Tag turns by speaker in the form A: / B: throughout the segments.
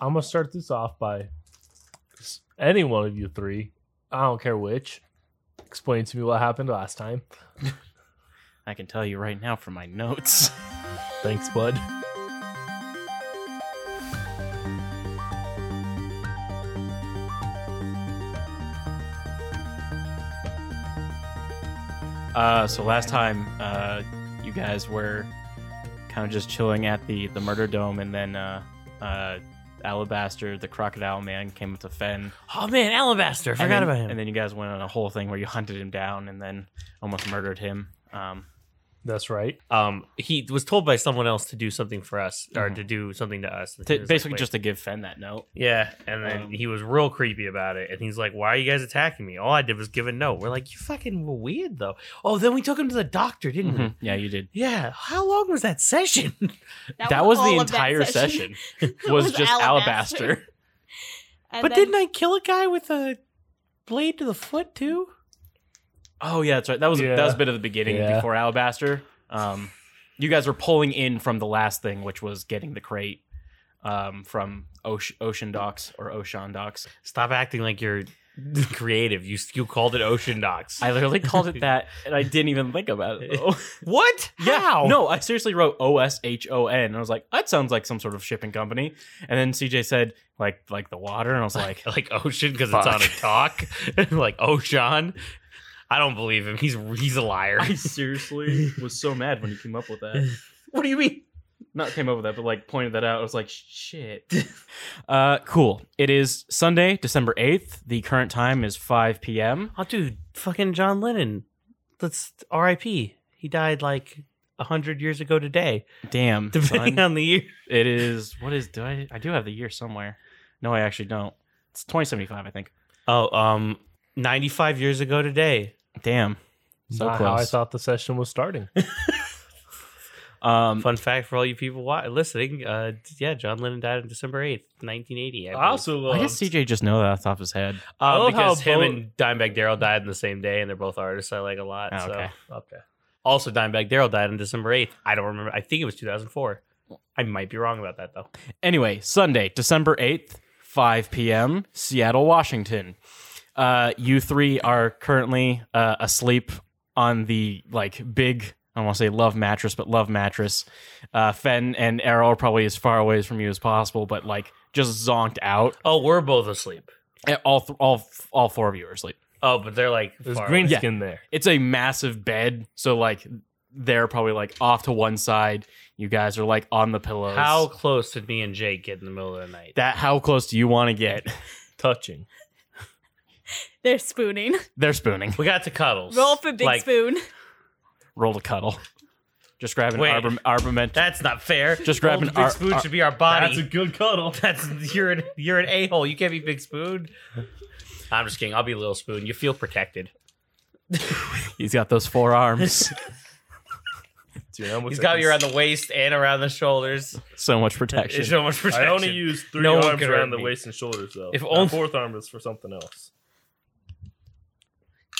A: I'm gonna start this off by any one of you three. I don't care which. Explain to me what happened last time.
B: I can tell you right now from my notes.
A: Thanks, bud.
B: Uh, so last time, uh, you guys were kind of just chilling at the the murder dome, and then uh, uh, Alabaster, the crocodile man, came up to Fen.
C: Oh man, Alabaster! I
B: and
C: forgot
B: then-
C: about him.
B: And then you guys went on a whole thing where you hunted him down and then almost murdered him. Um,
A: That's right.
C: um, he was told by someone else to do something for us, or
B: Mhm.
C: to do something to us.
B: to-
C: He was like,
B: basically
C: "Wait."
B: just to give Fen that note.
C: yeah. And then
B: Um,
C: he was real creepy about it, and he's like, "Why are you guys attacking me? All I did was give a note." We're like, "You fucking were weird, though." Oh, then we took him to the doctor, didn't we?
B: Yeah, you did.
C: Yeah. How long was that session?
B: That, was,
D: was all
B: the
D: of that
B: entire session.
D: session.
B: was,
D: Was
B: just
D: Alabaster.
B: Alabaster.
D: And
C: but
D: then-
C: didn't I kill a guy with a blade to the foot too?
B: Oh yeah, that's right. That was
A: Yeah.
B: that was a bit of the beginning
A: Yeah.
B: before Alabaster. Um, you guys were pulling in from the last thing, which was getting the crate um, from Osh- Ocean Docks or Ocean Docks.
C: Stop acting like you're creative. You you called it Ocean Docs.
B: I literally called it that, and I didn't even think about it. Though.
C: what?
B: Yeah,
C: How?
B: no, I seriously wrote O S H O N, and I was like, that sounds like some sort of shipping company. And then CJ said, like, like the water, and I was like,
C: like Ocean because it's on a talk. like Ocean. I don't believe him. He's he's a liar.
B: I seriously was so mad when you came up with that.
C: what do you mean?
B: not came up with that, but like pointed that out. I was like, shit. uh, cool. It is Sunday, December 8th. The current time is 5 p.m.
C: Oh, dude, fucking John Lennon. Let's R.I.P. He died like a hundred years ago today,
B: Damn.
C: depending
B: son.
C: on the year.
B: it is, what is, do I, I do have the year somewhere. No, I actually don't. It's 2075, I think.
C: Oh, um, ninety-five years ago today.
B: Damn. So
A: Not how I
B: close.
A: thought the session was starting.
B: Um,
C: Fun fact for all you people wa- listening. Uh, yeah, John Lennon died on December eighth, nineteen eighty. I also,
B: why did CJ just know that off the top of his head?
A: I
C: um,
A: love how
C: because him
A: both-
C: and Dimebag Daryl died on the same day, and they're both artists I like a lot.
B: Oh,
C: so.
B: okay.
A: okay.
C: Also, Dimebag Daryl died on December 8th. I don't remember. I think it was 2004. I might be wrong about that, though.
B: Anyway, Sunday, December 8th, 5 p.m., Seattle, Washington. Uh, you three are currently uh, asleep on the like big, I don't want to say love mattress, but love mattress. Uh, Fen and Arrow are probably as far away from you as possible, but like just zonked out.
C: Oh, we're both asleep.
B: And All, th- all, all four of you are asleep.
C: Oh, but they're like,
A: There's
C: far
A: green
C: away.
B: Yeah.
A: skin there.
B: It's a massive bed, so like they're probably like off to one side. You guys are like on the pillows.
C: How close did me and Jake get in the middle of the night?
B: that? How close do you want to get?
A: Touching.
D: They're spooning.
B: They're spooning.
C: we got to cuddles.
D: Roll for Big
C: Like,
D: Spoon.
B: roll to cuddle. Just grab an
C: Wait.
B: arbor- armament.
C: That's not fair.
B: Just grab
C: Old
B: an
C: Big
B: ar-
C: Spoon
B: ar-
C: should be our body. That's,
A: good cuddle.
C: you're an you're an a hole. You can't be Big Spoon. I'm just kidding. I'll be Little Spoon. You feel protected.
B: He's got those four arms.
A: Dude, I almost
C: He's
A: said
C: got
A: this.
C: you around the waist and around the shoulders.
B: so much
C: There's
B: protection.
C: so much protection.
A: I only use three
C: No one
A: arms
C: can hurt
A: around the
C: me.
A: waist and shoulders, though.
C: If
A: That
C: only-
A: fourth arm is for something else.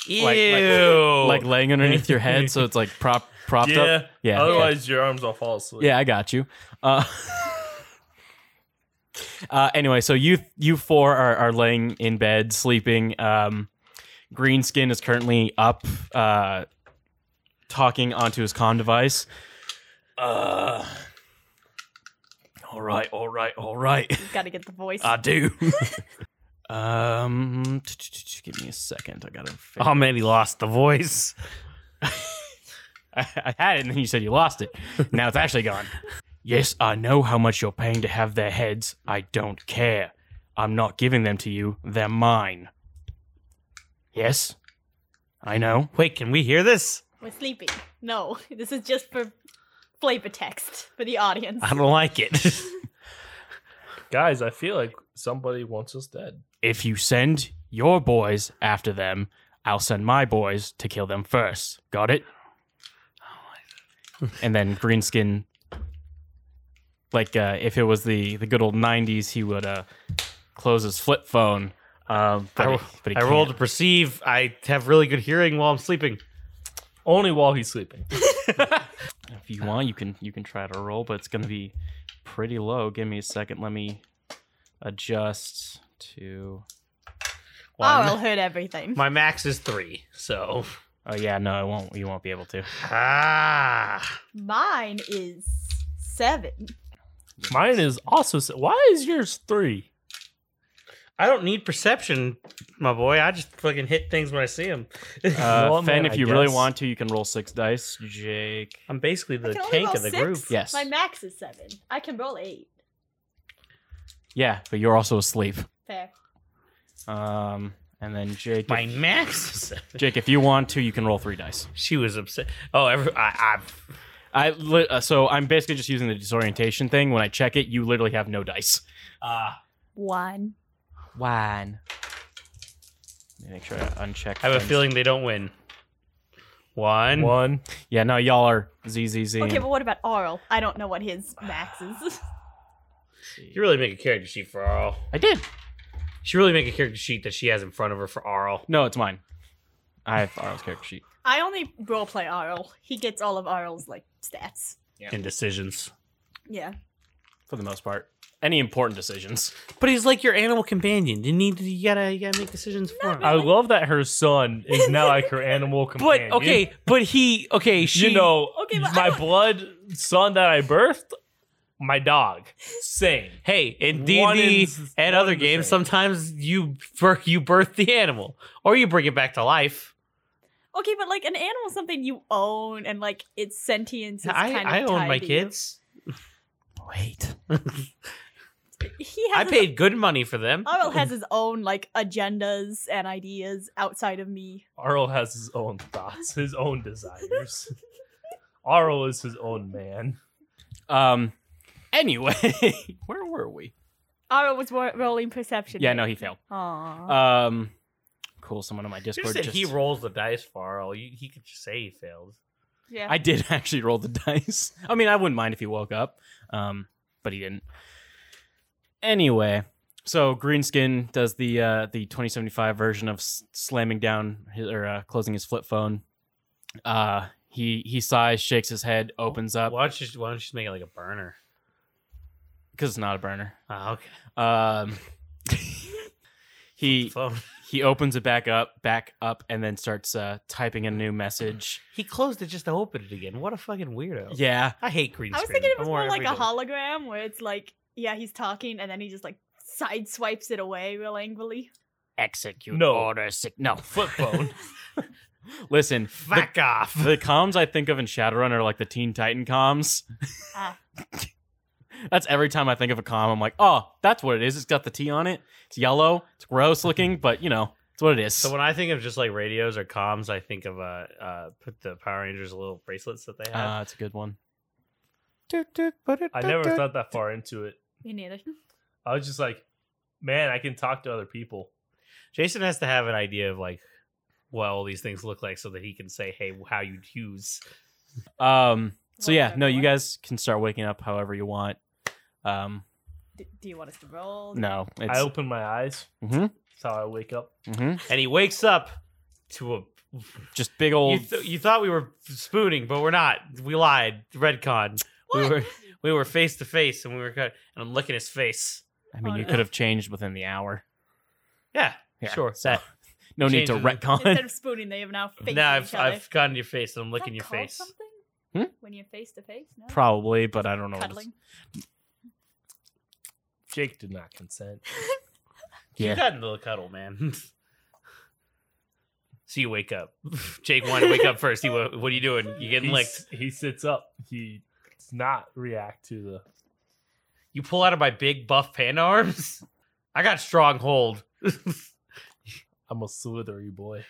C: Ew.
B: like- Like laying underneath your head, so it's like prop propped up. Yeah. okay.
A: Otherwise, your arms will fall asleep.
B: Yeah, I got you. Uh, uh, anyway, so you you four are, are laying in bed sleeping. Um, Greenskin is currently up, uh, talking onto his comm device. Uh, all right, all right, all right.
D: Got to get the voice.
B: I do. um, t- t- t- give me a second. I gotta. figure-
C: Oh man, he lost the voice.
B: I, I had it, and then you said you lost it. Now it's actually gone. Yes, I know how much you're paying to have their heads. I don't care. I'm not giving them to you. They're mine. Yes, I know.
C: Wait, can we hear this?
D: We're sleepy. No, this is just for flavor text for the audience.
C: I don't like it.
A: Guys, I feel like somebody wants us dead.
B: If you send your boys after them, I'll send my boys to kill them first. Got it? and then Greenskin, like uh, if it was the the good old '90s, he would uh, close his flip phone. Um, but he-
C: I ro-
B: but he
C: I
B: can't.
C: roll to perceive. I have really good hearing while I'm sleeping.
A: Only while he's sleeping.
B: If you want, you can you can try to roll, but it's gonna be pretty low. Give me a second. Let me adjust to.
C: Well,
D: Laurel heard Oh, everything.
C: my max is three, so
B: Oh yeah, no, it won't. You won't be able to.
C: ah,
D: Mine is seven.
A: Mine is also. s- Why is yours three?
C: I don't need perception, my boy. I just fucking hit things when I see them.
B: Uh,
A: Well,
B: Fenn,
A: man,
B: if
A: I
B: you really
A: guess.
B: want to, you can roll six dice. Jake,
C: I'm basically the
D: I can only
C: tank
D: roll
C: of the
D: six?
C: group.
B: yes,
D: My max is seven. I can roll eight.
B: yeah, but you're also asleep.
D: Fair.
B: Um, and then Jake,
C: My max is seven.
B: Jake, if you want to, you can roll three dice.
C: She was upset. Oh, every, I, I've.
B: I li- uh, so I'm basically just using the disorientation thing. When I check it, you literally have no dice.
C: Uh,
D: One.
B: One. Let me make sure I uncheck.
C: I have a
B: Fenn's-
C: feeling they don't win. One.
A: One.
B: Yeah, no, y'all are zzz.
D: Okay, but what about Arl? I don't know what his max is.
C: You really make a character sheet for Arl.
B: I did.
C: She really make a character sheet that she has in front of her for Arl.
B: No, it's mine. I have Arl's character sheet.
D: I only roleplay Arl. He gets all of Arl's like stats.
C: And decisions.
D: Yeah.
B: for the most part. Any important decisions.
C: But he's like your animal companion. You need you gotta you gotta make decisions for him.
A: I love that her son is now like her animal companion.
C: but okay, but he okay, she
A: you know,
D: Okay, but
A: my
D: I don't-
A: blood son that I birthed, my dog, same.
C: Hey, in D
A: One
C: D
A: is-
C: and
A: one
C: other
A: is the
C: games,
A: same.
C: sometimes you birth, you birth the animal or you bring it back to life.
D: Okay, but like an animal is something you own and like its sentience is
C: I,
D: kind of
C: I own
D: tied
C: my
D: to you.
C: kids.
B: Wait.
D: He has
C: I
D: his-
C: paid good money for them.
D: Arl has his own like agendas and ideas outside of me.
A: Arl has his own thoughts, his own desires. Arl is his own man.
B: Um. Anyway, where were we?
D: Arl was ro- rolling perception.
B: Yeah, no, he failed.
C: Uh,
D: Aww.
B: Um. Cool. Someone on my
C: Just
B: Discord
C: that
B: just.
C: he rolls the dice for Arl. You, he could just say he failed.
D: yeah.
B: I did actually roll the dice. I mean, I wouldn't mind if he woke up, um, but he didn't. Anyway, so Greenskin does the uh, the 2075 version of s- slamming down his, or uh, closing his flip phone. Uh, he he sighs, shakes his head, opens up
C: Why don't you why don't you just make it like a burner?
B: because it's not a burner.
C: Oh, okay.
B: Um, he
C: Phone.
B: he opens it back up, back up, and then starts uh, typing a new message.
C: He closed it just to open it again. What a fucking weirdo.
B: Yeah,
C: I hate green
D: I was
C: screen.
D: thinking it was
C: I'm
D: more like a
C: every day.
D: hologram where it's like, yeah, he's talking and then he just like sideswipes it away real angrily.
B: execute
A: No.
B: order sick. No,
A: Flip phone.
B: listen, the,
C: Fuck off.
B: the comms I think of in Shadowrun are like the Teen Titan comms.
D: Ah.
B: that's every time I think of a comm, I'm like, oh, that's what it is. It's got the T on it. It's yellow. It's gross looking, but you know, it's what it is.
C: So when I think of just like radios or comms, I think of uh, uh put the Power Rangers little bracelets that they have.
B: uh, it's a good one.
A: I never thought that far into it.
D: Me neither.
A: I was just like, man, I can talk to other people.
C: Jason has to have an idea of like what all these things look like so that he can say, "Hey, how you use."
B: Um, so
D: Roll
B: yeah,
D: for
B: no, you
D: everyone.
B: guys can start waking up however you want. Um,
D: D- do you want us to roll?
B: no, it's,
A: I open my eyes.
C: Mm-hmm.
B: Mhm.
A: That's how I wake up.
B: hmm
C: And he wakes up to a.
B: just big
C: You,
B: old.
C: th- you thought we were spooning, but we're not. We lied. Redcon. We
D: What?
C: were we were face to face, and we were cut. And I'm licking his face.
B: I mean,
D: Oh,
B: you
D: no.
B: could have changed within the hour.
C: Yeah,
B: Yeah,
C: sure.
B: so-
C: that-
B: No need to
C: Changes.
D: Instead
B: retcon.
D: of spooning, they have now faced
C: now
D: each
C: I've
D: other.
C: I've gotten your face, and I'm
D: Is
C: licking
D: that
C: your
D: called
C: face.
D: Something?
B: Hmm?
D: When you're face to face, no.
B: Probably, but I don't know. what it's-
D: Cuddling.
A: Jake did not consent.
C: You
B: Yeah.
C: got into the cuddle, man. so you wake up. Jake wanted to wake up first. He, wa- what are you doing? You getting
A: He
C: licked?
A: s- He sits up. He does not react to the.
C: You pull out of my big buff panda arms. I got stronghold.
A: I'm a slithery boy.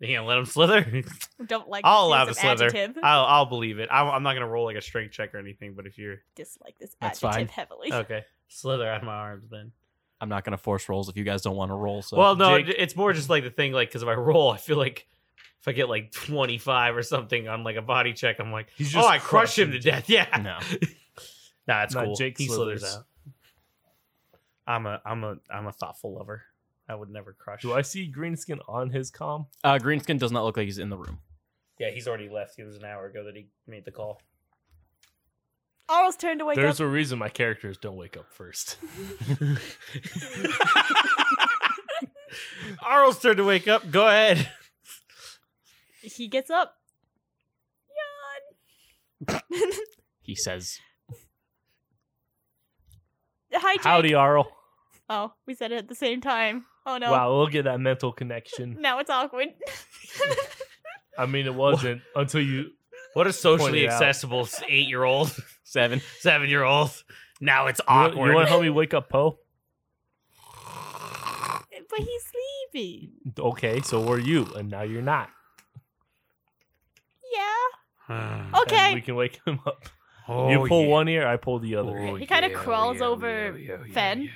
C: You gonna let him slither?
D: Don't like.
C: I'll
D: this
C: allow the
D: use of
C: slither.
D: Adjective.
C: I'll, I'll believe it. I'm, I'm not gonna roll like a strength check or anything. But if you're
D: Dislike this
B: That's fine.
D: adjective heavily.
C: okay, slither out of my arms then.
B: I'm not gonna force rolls if you guys don't want to roll. So
C: well, no,
B: Jake-
C: it's more just like the thing. Like, because if I roll, I feel like if I get like 25 or something on like a body check, I'm like,
A: He's
C: oh, I crush him to death. Yeah.
B: no.
C: Nah, it's
A: Not
C: cool.
A: Jake
C: he slithers
A: slithers.
C: out. I'm a I'm a I'm a thoughtful lover. I would never crush.
A: Do I see Greenskin on his comm?
D: Oh
B: Uh, Greenskin does not look like he's in the room.
C: Yeah, he's already left. It was an hour ago that he made the call.
D: Arl's turn to wake
A: There's
D: up.
A: a reason my characters don't wake up first.
C: Arl's turn to wake up. Go ahead.
D: he gets up. Yawn.
B: He says,
D: Hi, Jake.
A: Howdy, Arl.
D: Oh, we said it at the same time. Oh no.
A: Wow, look at that mental connection.
D: Now it's awkward.
A: I mean, it wasn't until you.
C: What a socially
A: Pointed out.
C: accessible eight year old,
B: Seven.
C: seven year old. Now it's
A: You,
C: awkward.
A: want to help me wake up, Poe?
D: but he's sleepy.
A: Okay, so were you, and now you're not.
D: Yeah.
C: oh,
A: And
D: Okay.
A: we can wake him up. you pull
C: yeah.
A: one ear, I pull the other.
D: He kinda crawls over Fen.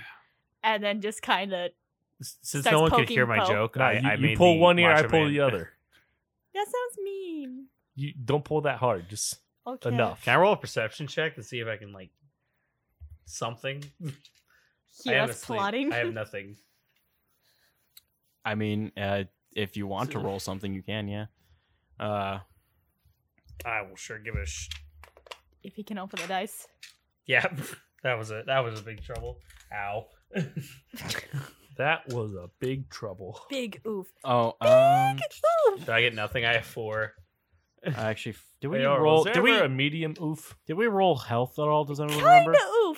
D: And then just kind of.
C: S- Since
D: starts
C: no one could
D: poking
C: hear my
D: Poe.
C: joke,
A: Nah,
C: I,
A: you,
C: I
A: you
C: made
A: pull
C: the
A: one ear, I
C: Macho
A: pull
C: Man.
A: the other.
D: That sounds mean.
A: You don't pull that hard, just
D: Okay.
A: enough.
C: Can I roll a perception check to see if I can like something? I
D: Hear
C: am
D: us
C: asleep.
D: plotting.
C: I have nothing.
B: I mean, uh, if you want to
C: So-
B: roll something, you can, yeah. Uh,
C: I will sure give it a sh-
D: if he can open the dice.
C: Yeah, that was it. That was a big trouble. Ow.
A: That was a big trouble.
D: Big oof.
B: oh, um,
D: Big oof.
C: Did I get nothing? I have four.
B: I actually, f- did we
A: Hey, Arl,
B: roll?
A: is there
B: Did
A: ever
B: we
A: a medium oof?
B: did we roll health at all? Does anyone
D: Kind
B: remember?
D: of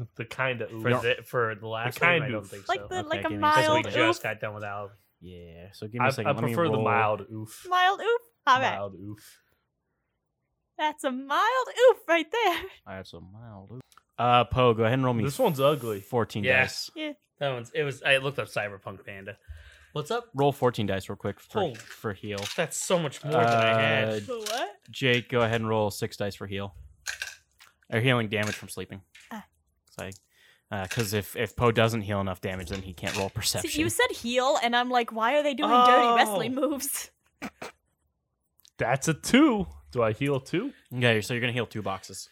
D: oof.
A: The kind of oof.
C: For, the, for the last
A: kind
C: time, I don't
A: of-
C: think
D: Like
C: so.
D: the
B: okay,
D: like a
B: give me a second.
C: Because we
D: mild oof.
C: just got done with Al.
B: Yeah. So give me
A: I,
B: a second.
A: I
B: let me
A: prefer the
B: roll-
A: mild oof.
D: Mild oof. All right.
A: Mild oof.
D: That's a mild oof right there.
B: I have some mild. oof. Uh, Poe, go ahead and roll me.
A: This one's ugly.
B: Fourteen dice.
C: Yes.
D: Yeah.
C: That one's it was I looked up Cyberpunk Panda. What's up?
B: Roll fourteen dice real quick for
C: Oh.
B: for heal.
C: That's so much more than I
B: Uh,
C: had.
D: But what?
B: Jake, go ahead and roll six dice for heal. Or healing damage from sleeping.
D: Ah.
B: Sorry. Because if, if Poe doesn't heal enough damage, then he can't roll perception.
D: See, you said heal, and I'm like, why are they doing dirty wrestling moves?
A: That's a two. Do I heal two?
B: yeah, so you're going to heal two boxes.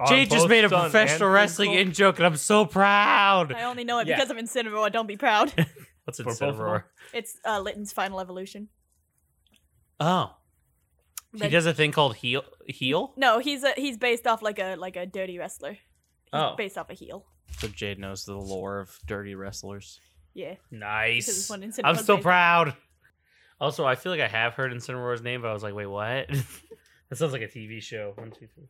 A: On
C: Jay just
A: both
C: made a
A: stun and
C: professional wrestling
A: physical?
C: in joke, and I'm so proud.
D: I only know it
C: Yeah.
D: because I'm Incineroar. Don't be proud.
C: What's
A: For both of them?
D: It's uh, Litton's final evolution.
C: Oh, he
D: Like-
C: does a thing called heel. Heel.
D: No, he's a, he's based off like a like a dirty wrestler. He's
C: Oh.
D: based off a heel.
B: So Jade knows the lore of dirty wrestlers.
D: Yeah. Because
C: Nice.
D: it's one
C: I'm
D: Incineroar's
C: so
D: based-
C: proud. Also, I feel like I have heard Incineroar's name, but I was like, wait, what? that sounds like a TV show. One, two, three.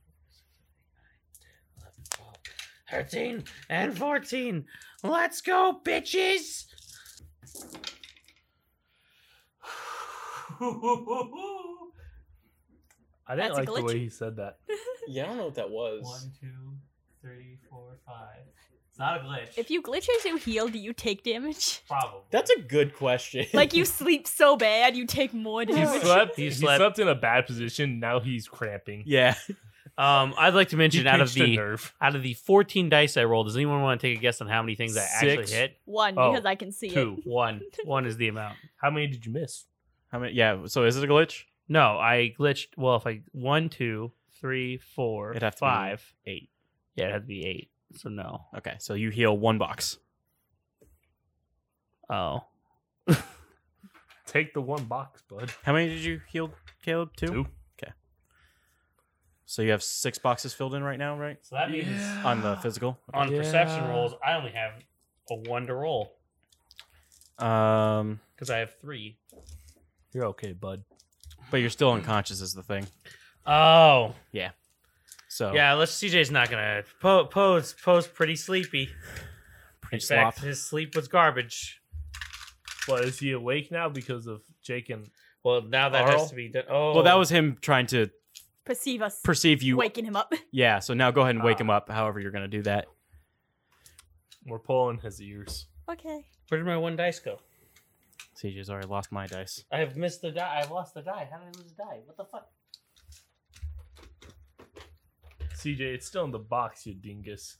C: four, five, six, seven, eight, nine, 12, Thirteen and fourteen. Let's go, bitches.
A: I didn't
D: That's a
A: like the way
D: glitch.
A: he said that.
B: Yeah, I don't know what that was.
C: One, two, three, four, five. It's not a glitch.
D: If you glitch as you heal, do you take damage?
C: Probably.
B: That's a good question.
D: like you sleep so bad, you take more
A: He
D: damage.
A: slept.
C: He
A: He
C: slept.
A: slept in a bad position. Now he's cramping.
B: yeah.
C: um, I'd like to
A: He
C: mention out of
A: pinched a
C: the
A: nerve.
C: out of the 14 dice I rolled, does anyone want to take a guess on how many things I
A: Six.
C: actually hit?
D: One
A: Oh,
D: because I can see it.
A: two.
C: One. One is the amount.
A: How many did you miss?
B: How many? Yeah, so is it a glitch?
C: No, I glitched. Well, if I one, two, three, four,
B: It'd have to be-
C: five.
B: Eight.
C: Yeah, it had to be eight. So no.
B: Okay, so you heal one box.
C: Oh,
A: Take the one box, bud.
B: How many did you heal, Caleb? Two? So you have six boxes filled in right now, right?
C: so that
B: On the physical?
A: on perception Yeah. rolls,
C: I only have a one to roll
B: Um,
C: because I have three.
A: You're okay, bud.
B: But you're still unconscious is the thing.
C: Oh,
B: So
C: yeah. Let's. CJ's not gonna. Poe Poe's Poe's pretty sleepy. In
B: pretty slop.
C: fact, his sleep was garbage.
A: But is he awake now because of Jake and
C: Well, now that
A: Arl?
C: has to be done. Oh,
B: Well, that was him trying to
D: Perceive us
B: perceive you.
D: waking him up.
B: Yeah. So now go ahead and wake
C: Uh.
A: Ah.
B: him up. However you're gonna do that.
A: we're pulling his ears?
D: Okay.
C: Where did my one dice go?
B: CJ's already lost my dice.
C: I have missed the die. I've lost the die. How did I lose the die? What the fuck?
A: CJ, it's still in the box, you dingus.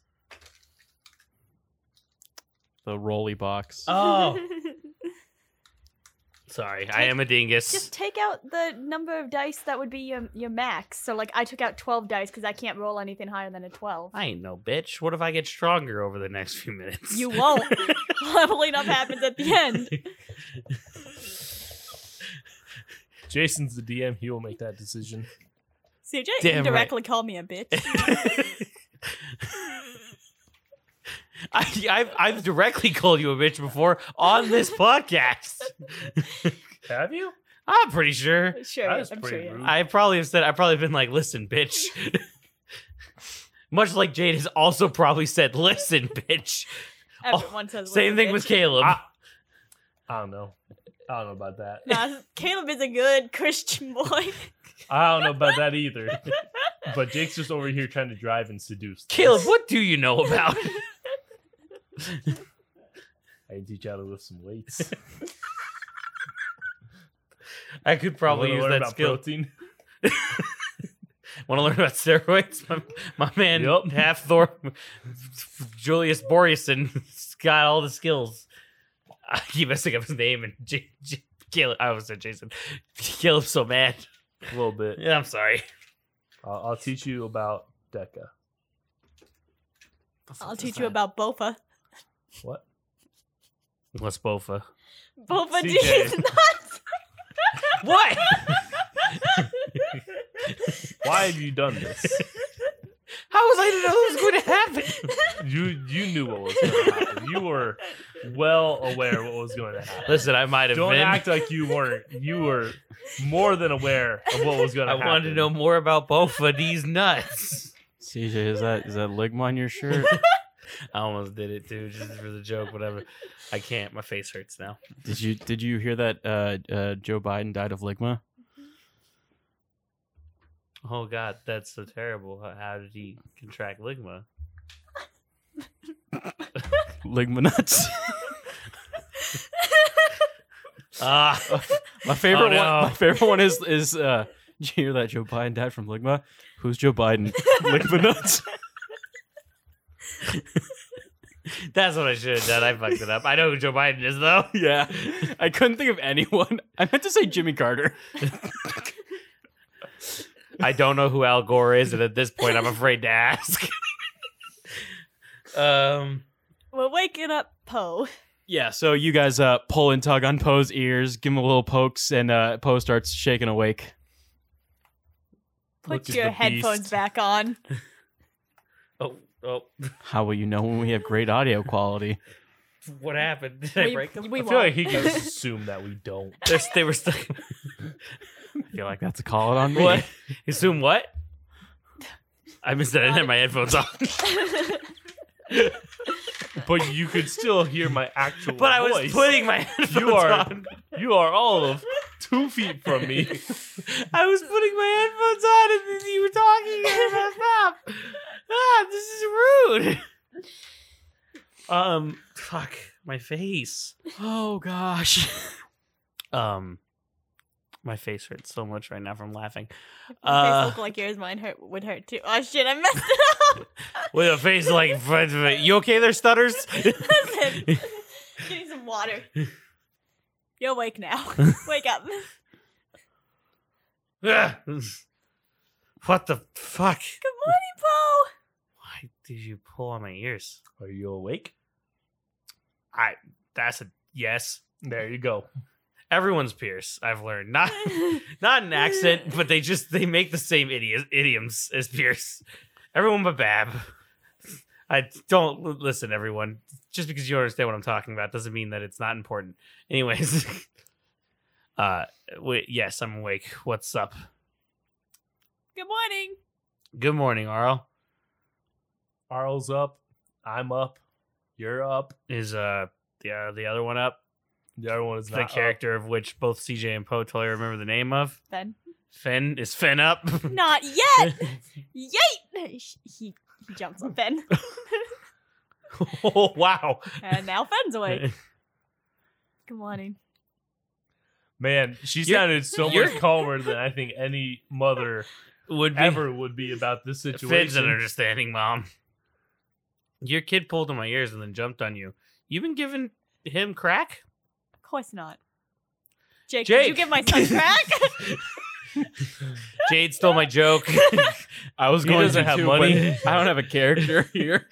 B: The roly box.
C: Oh, sorry. I am a dingus.
D: Just take out the number of dice that would be your, your max. So like I took out 12 dice because I can't roll anything higher than a 12.
C: I ain't no bitch. What if I get stronger over the next few minutes?
D: You won't. Leveling up happens at the end.
A: Jason's the DM. He will make that decision.
D: CJ
B: Damn right.
D: indirectly called me a bitch.
C: I, I've, I've directly called you a bitch before on this podcast.
A: Have you?
C: I'm pretty sure.
D: Sure,
A: That is
D: I'm sure.
A: pretty
D: yeah.
A: rude.
C: I probably have said, I've probably been like, listen, bitch. Much like Jade has also probably said, listen, bitch.
D: Everyone says
C: Oh, Same
D: little
C: thing with
D: bitch.
C: Caleb.
A: I- I don't know. I don't know about that.
D: Nah, Caleb is a good Christian boy.
A: I don't know about that either. but Jake's just over here trying to drive and seduce.
C: Caleb, what do you know about?
A: I can teach you how to lift some weights.
C: I could probably
A: Wanna
C: use
A: learn
C: that
A: about
C: skill.
A: Protein.
C: Want to learn about steroids? My, my man,
A: Yup.
C: half Thor, Julius Borgeson, has got all the skills. I keep messing up his name and J- J- Caleb. I almost said Jason. Caleb's so mad.
A: A little bit.
C: Yeah, I'm sorry.
A: I'll, I'll teach you about Deca.
D: I'll teach you about Bofa.
A: What?
C: What's Bofa?
D: Bofa
A: CJ.
D: is nuts.
C: What?
A: Why have you done this?
C: How was I to know this was going to happen?
A: You you knew what was going to happen. You were well aware what was going to happen.
C: Listen, I might have
A: Don't
C: been.
A: act like you weren't. You were more than aware of what was going
C: I
A: to happen.
C: wanted to know more about Bofa. These nuts.
B: CJ, is that is that ligma on your shirt?
C: I almost did it too, just for the joke. Whatever. I can't. My face hurts now.
B: did you did you hear that uh, uh, Joe Biden died of ligma?
C: Oh God, that's so terrible. How- How did he contract ligma?
B: Ligma nuts.
C: Ah,
B: my favorite
C: Oh, no.
B: one. My favorite one is is. Uh, did you hear that Joe Biden died from ligma? Who's Joe Biden? ligma nuts.
C: that's what I should have done. I fucked it up. I know who Joe Biden is though.
B: Yeah, I couldn't think of anyone. I meant to say Jimmy Carter.
C: I don't know who Al Gore is, and at this point, I'm afraid to ask. um,
D: We're waking up Poe.
B: Yeah, so you guys uh, pull and tug on Poe's ears, give him a little pokes, and uh, Poe starts shaking awake.
D: Put
A: Look at
D: your
A: the
D: headphones
A: beast.
D: back on.
C: oh, oh,
B: How will you know when we have great audio quality?
C: what happened? Did I
D: We-
C: break them?
D: we
A: I feel like
D: won't.
A: he can just assume that we don't.
C: They're, they were stuck.
B: I feel like that's a call it on me.
C: What? Assume what? I missed that. I didn't have my headphones on.
A: But you could still hear my actual
C: But I was
A: voice.
C: putting my headphones
A: You are-
C: on.
A: You are all of two feet from me.
C: I was putting my headphones on and then you were talking and I messed up. Ah, this is rude. Um, fuck my face.
B: Oh gosh.
C: Um, my face hurts so much right now from laughing.
D: Your
C: Uh,
D: face look like yours. Mine hurt would hurt too. Oh shit! I messed it up.
C: With a face like you okay there, stutters?
D: Listen, getting some water. You're awake now. Wake up. Good
C: Ah. what the fuck?
D: morning, Poe.
C: Why did you pull on my ears?
A: Are you awake?
C: I. That's a yes.
A: There you go.
C: Everyone's pierce. I've learned not. not an accent, but they just they make the same idi- idioms as Pierce. Everyone but Bab. I don't l- listen, everyone. Just because you don't understand what I'm talking about doesn't mean that it's not important. Anyways, uh, wait, yes, I'm awake. What's up?
D: Good morning.
C: Good morning, Arl.
A: Arl's up. I'm up. You're up.
C: Is uh the uh, the other one up?
A: The other one is
C: the
A: not
C: character of which both CJ and Poe totally remember the name of.
D: Ben.
C: Finn is Finn up.
D: Not yet. Yate. He, he jumps on Ben,
C: oh wow!
D: and now Ben's awake. Good morning.
A: Up. Man, she
C: You're-
A: sounded so much
C: you're-
A: calmer than I think any mother
C: Would be
A: ever would be about this
C: Finn's an
A: situation.
C: understanding mom. Your kid pulled on my ears and then jumped on you. You've been giving him crack?
D: Of course not. Jake, did you
C: Jake.
D: give my son crack?
C: Jade stole my joke.
B: I was
A: He
B: going
A: doesn't
B: to
A: have
B: too,
A: money.
B: but I don't have a character here.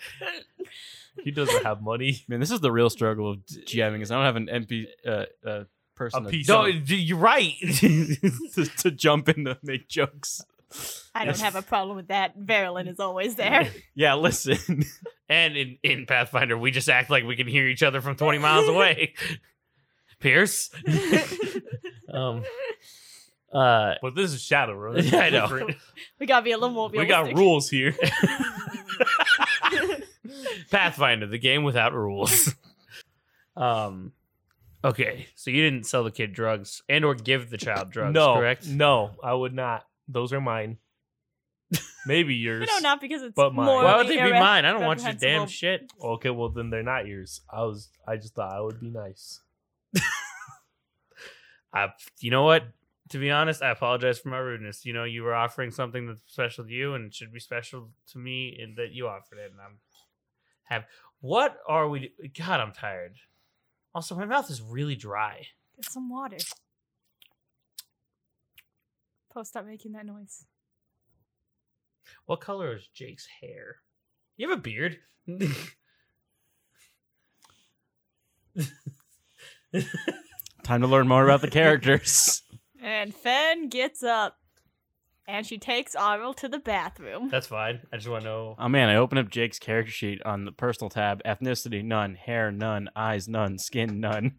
A: He doesn't have money.
B: Man, this is the real struggle of GMing is I don't have an MP uh, uh, person
A: A
B: to-
A: piece
C: no, d- you're right.
B: to, to jump in to make jokes.
D: I don't have a problem with that. Verilyn is always there.
B: Yeah, listen.
C: And in, in Pathfinder, we just act like we can hear each other from 20 miles away. Pierce. um, uh,
A: But this is Shadowrun.
C: Yeah, I know.
A: Different.
D: we gotta be a little more
A: we got
D: realistic.
A: rules here.
C: Pathfinder, the game without rules. um, okay, so you didn't sell the kid drugs and or give the child drugs,
A: no,
C: correct?
A: no, I would not. Those are mine. Maybe yours.
D: You know, not because it's
A: But mine.
D: more.
C: Why would they be
D: irre-
C: mine? I don't want your damn
D: reprehensible.
C: shit.
A: Okay, well then they're not yours. I was. I just thought I would be nice.
C: I, you know what? To be honest, I apologize for my rudeness. You know, you were offering something that's special to you and it should be special to me, and that you offered it, and I'm have. What are we? God, I'm tired. Also, my mouth is really dry.
D: Get some water. Poe, stop making that noise.
C: What color is Jake's hair? You have a beard.
B: Time to learn more about the characters.
D: And Fen gets up, and she takes Arl to the bathroom.
C: That's fine. I just want to know.
B: Oh man, I opened up Jake's character sheet on the personal tab. Ethnicity none, hair none, eyes none, skin none.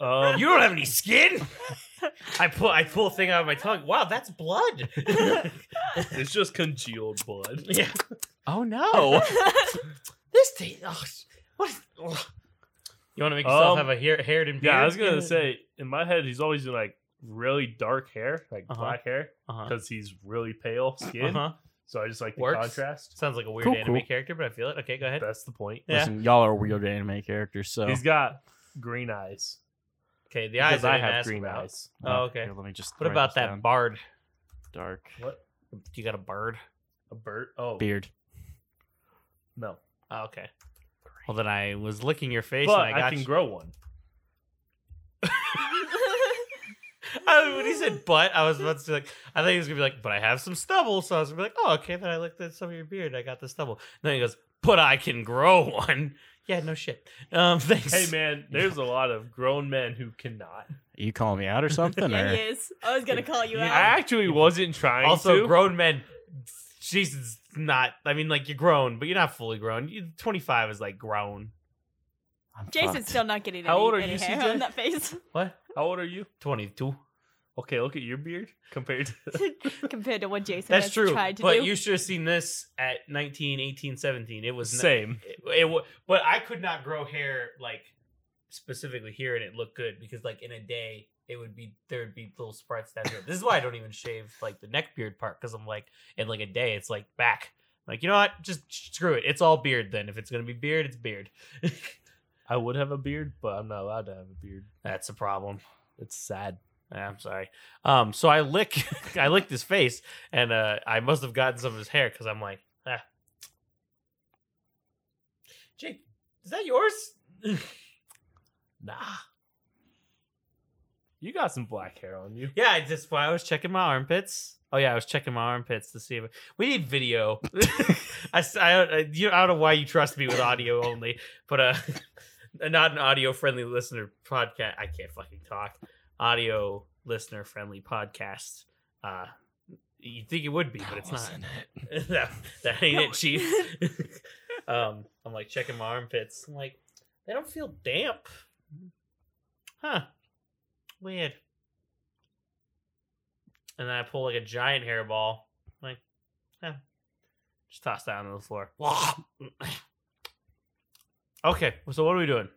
A: Um,
C: You don't have any skin. I pull. I pull a thing out of my tongue. Wow, that's blood.
A: it's just congealed blood.
C: yeah.
B: Oh no.
C: This thing. Oh, sh- what? Is, ugh. You want to make
A: Um,
C: yourself have a hair, haired and beard?
A: Yeah, I was gonna say in my head he's always in like really dark hair, like
C: Uh-huh.
A: black hair,
C: Uh huh.
A: because he's really pale skin.
C: Uh huh.
A: So I just like the
C: Works.
A: contrast.
C: Sounds like a weird
B: Cool,
C: anime
B: cool.
C: character, but I feel it. Okay, go ahead.
A: That's the point.
C: Yeah.
B: Listen, y'all are weird anime characters, so
A: He's got green eyes.
C: Okay, the eyes.
A: because I
C: didn't
A: have
C: ask
A: green
C: about.
A: eyes.
C: Oh, okay.
B: uh, Here, let me just.
C: What
B: write
C: about
B: this
C: that
B: down.
C: bard?
B: dark
A: What?
C: Do you got a bard?
A: A bird? Oh,
B: beard?
A: no.
C: Oh, okay. Well, then I was licking your face,
A: But
C: and I
A: I,
C: got
A: can
C: you.
A: grow one.
C: I, when he said "but," I was about to be like, I think he was gonna be like, "But I have some stubble," so I was gonna be like, "Oh, okay." Then I looked at some of your beard, I got the stubble. then he goes, "But I can grow one." Yeah, no shit. Um, thanks.
A: Hey man, there's a lot of grown men who cannot.
B: Are you calling me out or something?
D: Yeah,
B: or?
D: he is. I was gonna call you
A: I
D: out.
A: actually wasn't trying
C: Also,
A: to.
C: grown men. Jesus, not. I mean, like you're grown, but you're not fully grown. You, 25 is like grown.
B: I'm
D: Jason's
B: fucked.
D: still not getting any,
A: How old are
D: any
A: you,
D: hair
A: CJ?
D: on that face
C: What?
A: How old are you?
C: 22.
A: Okay, look at your beard compared to
D: compared to what Jason
C: That's
D: has
C: true.
D: tried to
C: But
D: do.
C: you should have seen this at 19, 18, 17. It was not-
A: same.
C: it, it wa- but I could not grow hair like specifically here and it looked good because like in a day it would be there would be little sprites down here. This is why I don't even shave like the neck beard part because I'm like in like a day it's like back. I'm like you know what? Just screw it. It's all beard then. If it's gonna be beard, it's beard.
A: I would have a beard, but I'm not allowed to have a beard.
C: That's a problem.
A: It's sad.
C: Yeah, I'm sorry. Um, so I lick, I licked his face, and uh, I must have gotten some of his hair because I'm like, ah. Jake, is that yours?
A: Nah. You got some black hair on you.
C: Yeah, I just why I was checking my armpits. Oh yeah, I was checking my armpits to see if we need video. I, s- I don't- I- you, I don't know why you trust me with audio only, but uh, not an audio friendly listener podcast. I can't fucking talk. Audio listener friendly podcast. Uh, you'd think it would be, but it's not.
B: Wasn't it?
C: that, that ain't
D: That
C: it, chief. um, I'm like checking my armpits. I'm like, they don't feel damp. Huh. Weird. And then I pull like a giant hairball. I'm like, eh. Just toss that onto the floor. okay, so what are we doing?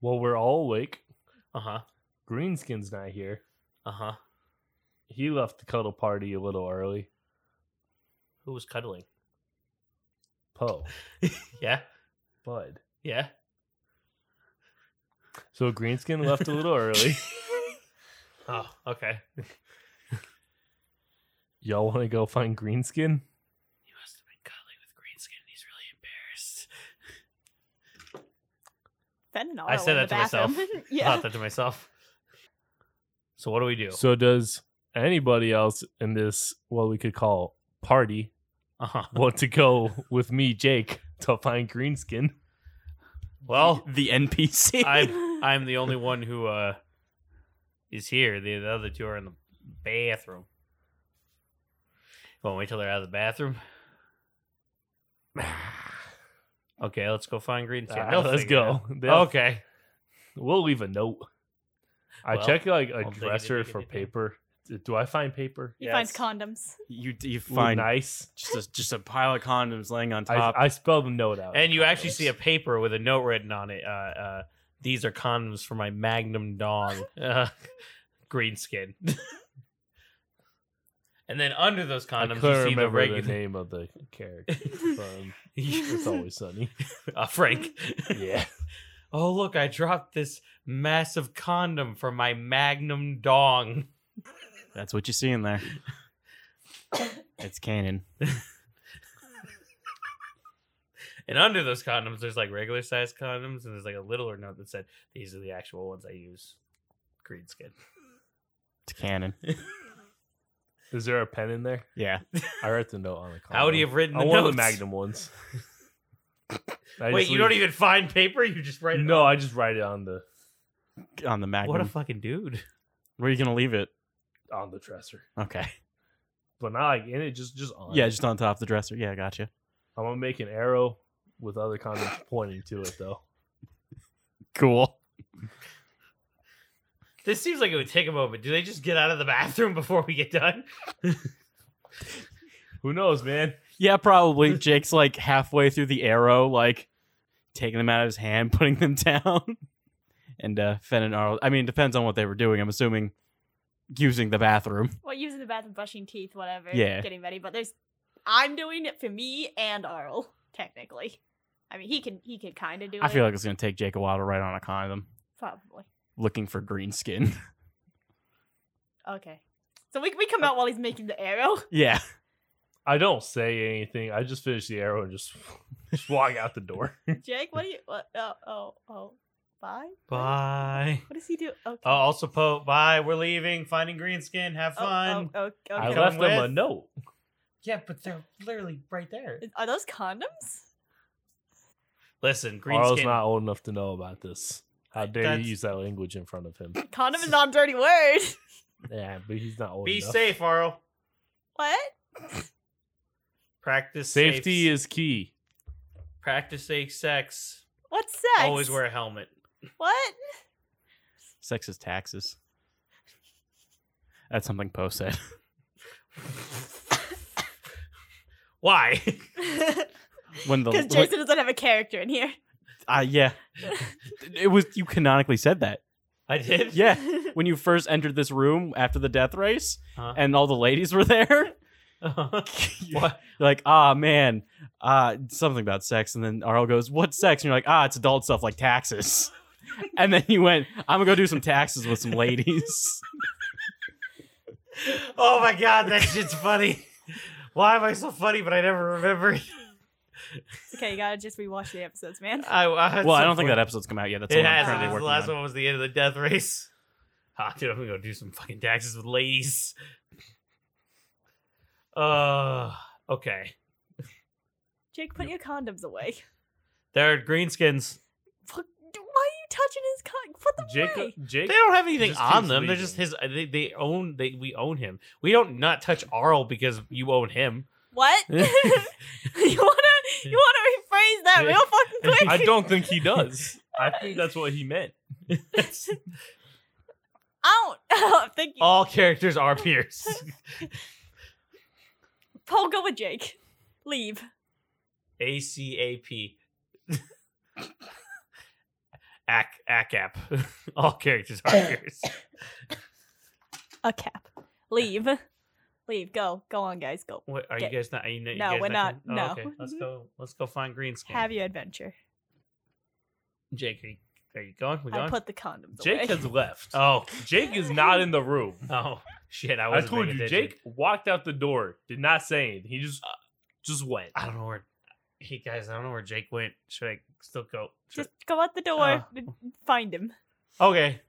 A: Well, we're all awake.
C: Uh huh.
A: Greenskin's not here.
C: Uh huh.
A: He left the cuddle party a little early.
C: Who was cuddling?
A: Poe,
C: Yeah.
A: Bud.
C: Yeah.
A: So Greenskin left a little early.
C: Oh, okay.
A: Y'all want to go find Greenskin?
C: He must have been cuddling with green skin. and He's really embarrassed.
D: Fen and Arl
C: I said
D: in
C: that
D: the
C: to myself.
D: bathroom.
C: I
D: yeah.
C: thought that to myself. So what do we do?
A: So does anybody else in this what we could call party
C: Uh-huh.
A: want to go with me, Jake, to find Greenskin?
C: Well,
B: The NPC.
C: I'm I'm the only one who uh is here. The, the other two are in the bathroom. You want to wait till they're out of the bathroom? okay, let's go find green tea.
A: Ah,
C: They'll
A: let's
C: figure it
A: go.
C: out.
A: They'll-
C: Okay.
A: We'll leave a note. I
C: Well,
A: check like a
C: I'll dig it,
A: dresser
C: dig it,
A: for
C: dig it, dig it.
A: paper. D- Do I find paper?
D: He finds
B: Yes.
D: condoms.
B: You you
A: Ooh,
B: find
A: nice.
B: just a, just a pile of condoms laying on
A: I,
B: top.
A: I spell the note out.
C: And you actually see a
A: Nice.
C: paper with a note written on it. Uh, uh, these are condoms for my magnum dong. Uh, green skin. and then under those
A: I
C: condoms,
A: couldn't
C: you see the
A: remember the
C: regular.
A: name of the character. from It's always sunny.
C: uh, Frank.
A: Yeah.
C: Oh, look, I dropped this massive condom for my magnum dong.
B: That's what you see in there. it's Canaan.
C: And under those condoms, there's like regular sized condoms, and there's like a littler note that said, These are the actual ones I use. Green skin.
B: It's Canaan.
A: Is there a pen in there?
B: Yeah.
A: I wrote the note on the.
C: How would you have written
A: I
C: the
A: want
C: notes?
A: the Magnum ones. I
C: Wait,
A: just
C: you don't
A: leave-
C: even find paper? You just write it
A: No,
C: on-
A: I just write it on the
B: On the Magnum.
C: What a fucking dude.
B: Where are you gonna leave it?
A: on the dresser,
B: Okay.
A: but not like in it. Just just on.
B: Yeah,
A: it.
B: just on top of the dresser. Yeah, gotcha.
A: I'm gonna make an arrow with other condoms pointing to it though.
B: Cool.
C: This seems like it would take a moment. Do they just get out of the bathroom before we get done?
A: Who knows, man?
B: Yeah, probably. Jake's like halfway through the arrow, like taking them out of his hand, putting them down. And uh Fenn and Arl I mean, it depends on what they were doing. I'm assuming using the bathroom.
D: Well, using the bathroom, brushing teeth, whatever.
B: Yeah.
D: Getting ready, but there's I'm doing it for me and Arl, technically. I mean, he can he can kind of do
B: I
D: it.
B: feel like it's gonna take Jake a while to write on a condom
D: probably.
B: looking for green skin.
D: Okay. So we we come
B: Oh.
D: out while he's making the arrow.
B: yeah.
A: I don't say anything. I just finish the arrow and just just walk out the door.
D: Jake, what do you? What, oh oh oh. Bye.
C: Bye.
D: What does he do? Okay.
C: Oh, also, Pope, bye. We're leaving. Finding green skin. Have
D: Oh,
C: fun.
D: Oh, oh,
A: I
D: okay.
C: Come
A: left them a
C: with.
A: note.
C: Yeah, but they're literally right there.
D: Is- Are those condoms?
C: Listen, green
A: Carl's
C: skin.
A: not old enough to know about this. How dare
C: That's-
A: you use that language in front of him?
D: Condom is not a dirty word.
A: Yeah, but he's not old
C: Be
A: enough.
C: safe, Arl.
D: What?
C: Practice safe
A: Safety is key.
C: practice safe sex.
D: What's sex?
C: Always wear a helmet.
D: What?
B: Sex is taxes. That's something Poe said.
C: Why?
B: When the
D: Because
B: when-
D: Jason doesn't have a character in here.
B: uh, yeah, it was you canonically said that.
C: I did.
B: Yeah, when you first entered this room after the death race,
A: Uh-huh.
C: Huh?
B: and all the ladies were there, you're
C: what?
B: like, ah man, uh, something about sex, and then Arl goes, "What's sex?" And you're like, ah, it's adult stuff like taxes. And then you went, I'm gonna go do some taxes with some ladies.
C: Oh my god, that shit's funny. Why am I so funny? But I never remember. it?
D: It's okay, you gotta just rewatch the episodes, man.
C: I,
B: well, I don't think that episode's come out yet. That's
C: It
B: what I'm
C: has.
B: currently
C: This is
B: working
C: the last
B: on.
C: one was the end of the death race. Ah, dude, I'm gonna go do some fucking taxes with ladies. Uh, okay.
D: Jake, put your condoms away.
C: They're greenskins.
D: Fuck, d- Why are you touching his con? Put them
A: Jacob,
D: away.
A: Jake,
C: They don't have anything
A: Just keeps
C: on them. They're just his. uh, They, they own. They we own him. We don't not touch Arl because you own him.
D: What? you wanna you wanna rephrase that real fucking quick?
A: I don't think he does. I think that's what he meant.
D: I don't. I'm thinking.
C: All characters are peers.
D: Paul, go with Jake. Leave.
C: A C A P. Ac ACAP. All characters are peers.
D: A cap. Leave. Leave. Go. Go on, guys. Go.
C: What, are you
D: Okay.
C: guys not? Are you, you
D: No,
C: guys
D: we're
C: coming?
D: not,
C: Oh,
D: no.
C: okay. Let's go. Let's go find green skin.
D: Have your adventure.
C: Jake, are you, are you going? We
D: I
C: going?
D: put the condoms away.
A: Jake has left. Uh,
C: oh,
A: Jake is not in the room.
C: oh, shit! I
A: I,
C: was.
A: told you, Jake walked out the door, did not say anything. He just just went.
C: Uh, I don't know where. Hey guys, I don't know where Jake went. Should I still go? Should
D: Just go out the door.
C: Oh.
D: and Find him.
C: Okay.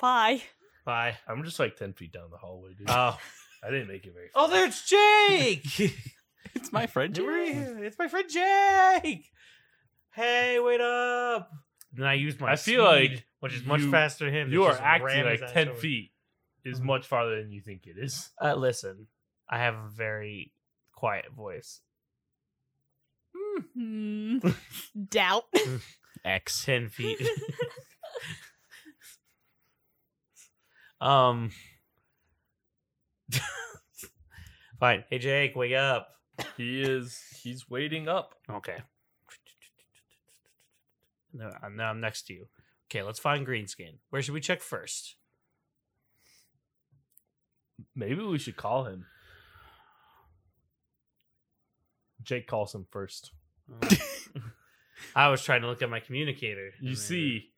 D: Bye.
C: Bye.
A: I'm just like ten feet down the hallway, dude.
C: Oh.
A: I didn't make it very.
C: oh, there's Jake.
B: It's my friend. Jerry.
C: it's my friend Jake. Hey, wait up. And I used my
A: I feel like
C: speed, which is much
A: you-
C: faster than him.
A: you
C: It
A: are
C: just ran
A: acting
C: his
A: like
C: ass
A: ten
C: over.
A: feet is
C: Mhm.
A: much farther than you think it is.
C: Uh, listen, I have a very quiet voice.
D: Hmm. Doubt.
B: X.
C: Ten feet. um. Fine. Hey, Jake, wake up.
A: He is. He's waiting up.
C: Okay. No, I'm, now I'm next to you. Okay, let's find Greenskin. Where should we check first?
A: Maybe we should call him. Jake calls him first.
C: I was trying to look at my communicator.
A: Uh, You see,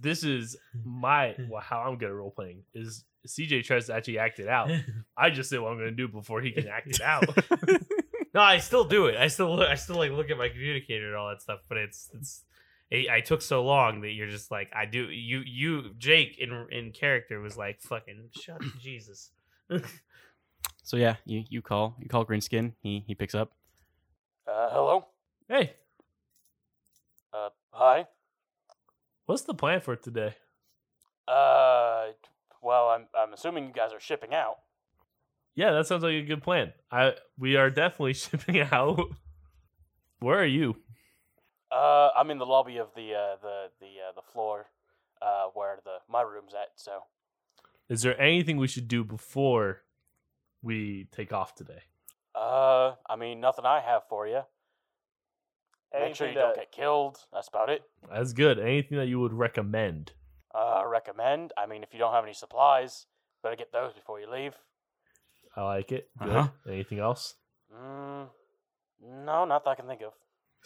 A: this is my well, how I'm good at role playing is CJ tries to actually act it out. I just say what I'm going to do before he can act it out.
C: no, I still do it. I still I still like look at my communicator and all that stuff. But it's it's it, I took so long that you're just like I do. You you Jake in in character was like fucking shut Jesus.
B: So yeah, you, you call you call Greenskin. He he picks up.
E: Uh, hello?
A: hey,
E: Uh, hi?
A: what's the plan for today?
E: Uh, well, I'm, I'm assuming you guys are shipping out.
A: Yeah, that sounds like a good plan. I we are definitely shipping out. Where are you?
E: Uh, I'm in the lobby of the, uh, the, the, uh, the floor, uh, where the, my room's at, so.
A: Is there anything we should do before we take off today?
E: Uh, I mean, nothing I have for you. Make sure
F: Anything
E: you don't
F: that-
E: get killed. That's about it.
A: That's good. Anything that you would recommend?
E: Uh, recommend. I mean, if you don't have any supplies, better get those before you leave.
A: I like it. Good.
B: Uh-huh.
A: Anything else?
E: Mm, no, not that I can think of.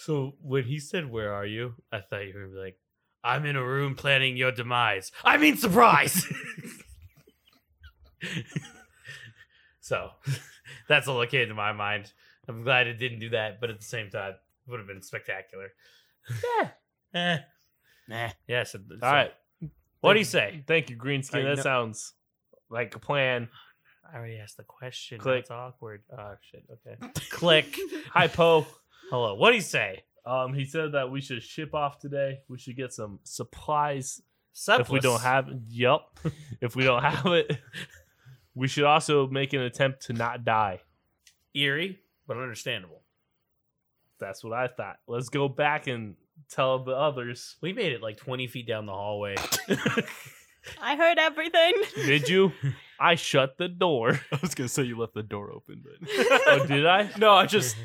C: So when he said, "Where are you?" I thought you were gonna be like, "I'm in a room planning your demise." I mean, surprise. so that's all that came to my mind. I'm glad it didn't do that, but at the same time, it would have been spectacular.
A: Yeah.
C: Eh.
B: Nah.
C: Yeah. So,
A: All right.
C: What do you say?
A: Thank you, Greenskin.
B: I
A: That
B: know-
A: sounds like a plan.
C: I already asked the question.
A: Click.
C: That's awkward. Oh shit. Okay. Click.
A: Hi, Poe.
C: Hello. What do you say?
A: Um, he said that we should ship off today. We should get some supplies if we
C: Surplus.
A: don't have. Yup. if we don't have it, we should also make an attempt to not die.
C: eerie, but understandable.
A: That's what I thought. Let's go back and tell the others.
C: We made it like 20 feet down the hallway.
D: I heard everything.
A: Did you? I shut the door.
B: I was gonna say you left the door open, but
A: Oh, did I?
B: no, I just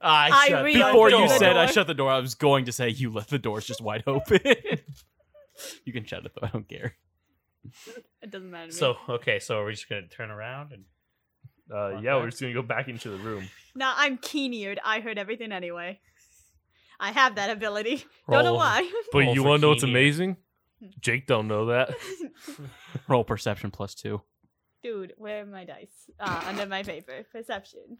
D: I
C: shut
D: realized
B: before
D: the
B: you said I
D: door.
B: shut the door, I was going to say you left the doors just wide open. you can shut it though; I don't care.
D: It doesn't matter. To me.
C: So okay, so are we just gonna turn around and
A: Uh, yeah, we're just gonna go back into the room.
D: now I'm keen eared. I heard everything anyway. I have that ability. Don't know
C: Roll.
D: why.
A: But
C: Roll
A: you
C: for
A: want to know what's
C: keen ear.
A: amazing? Jake don't know that.
B: Roll perception plus two.
D: Dude, where are my dice? Uh, under my paper. Perception.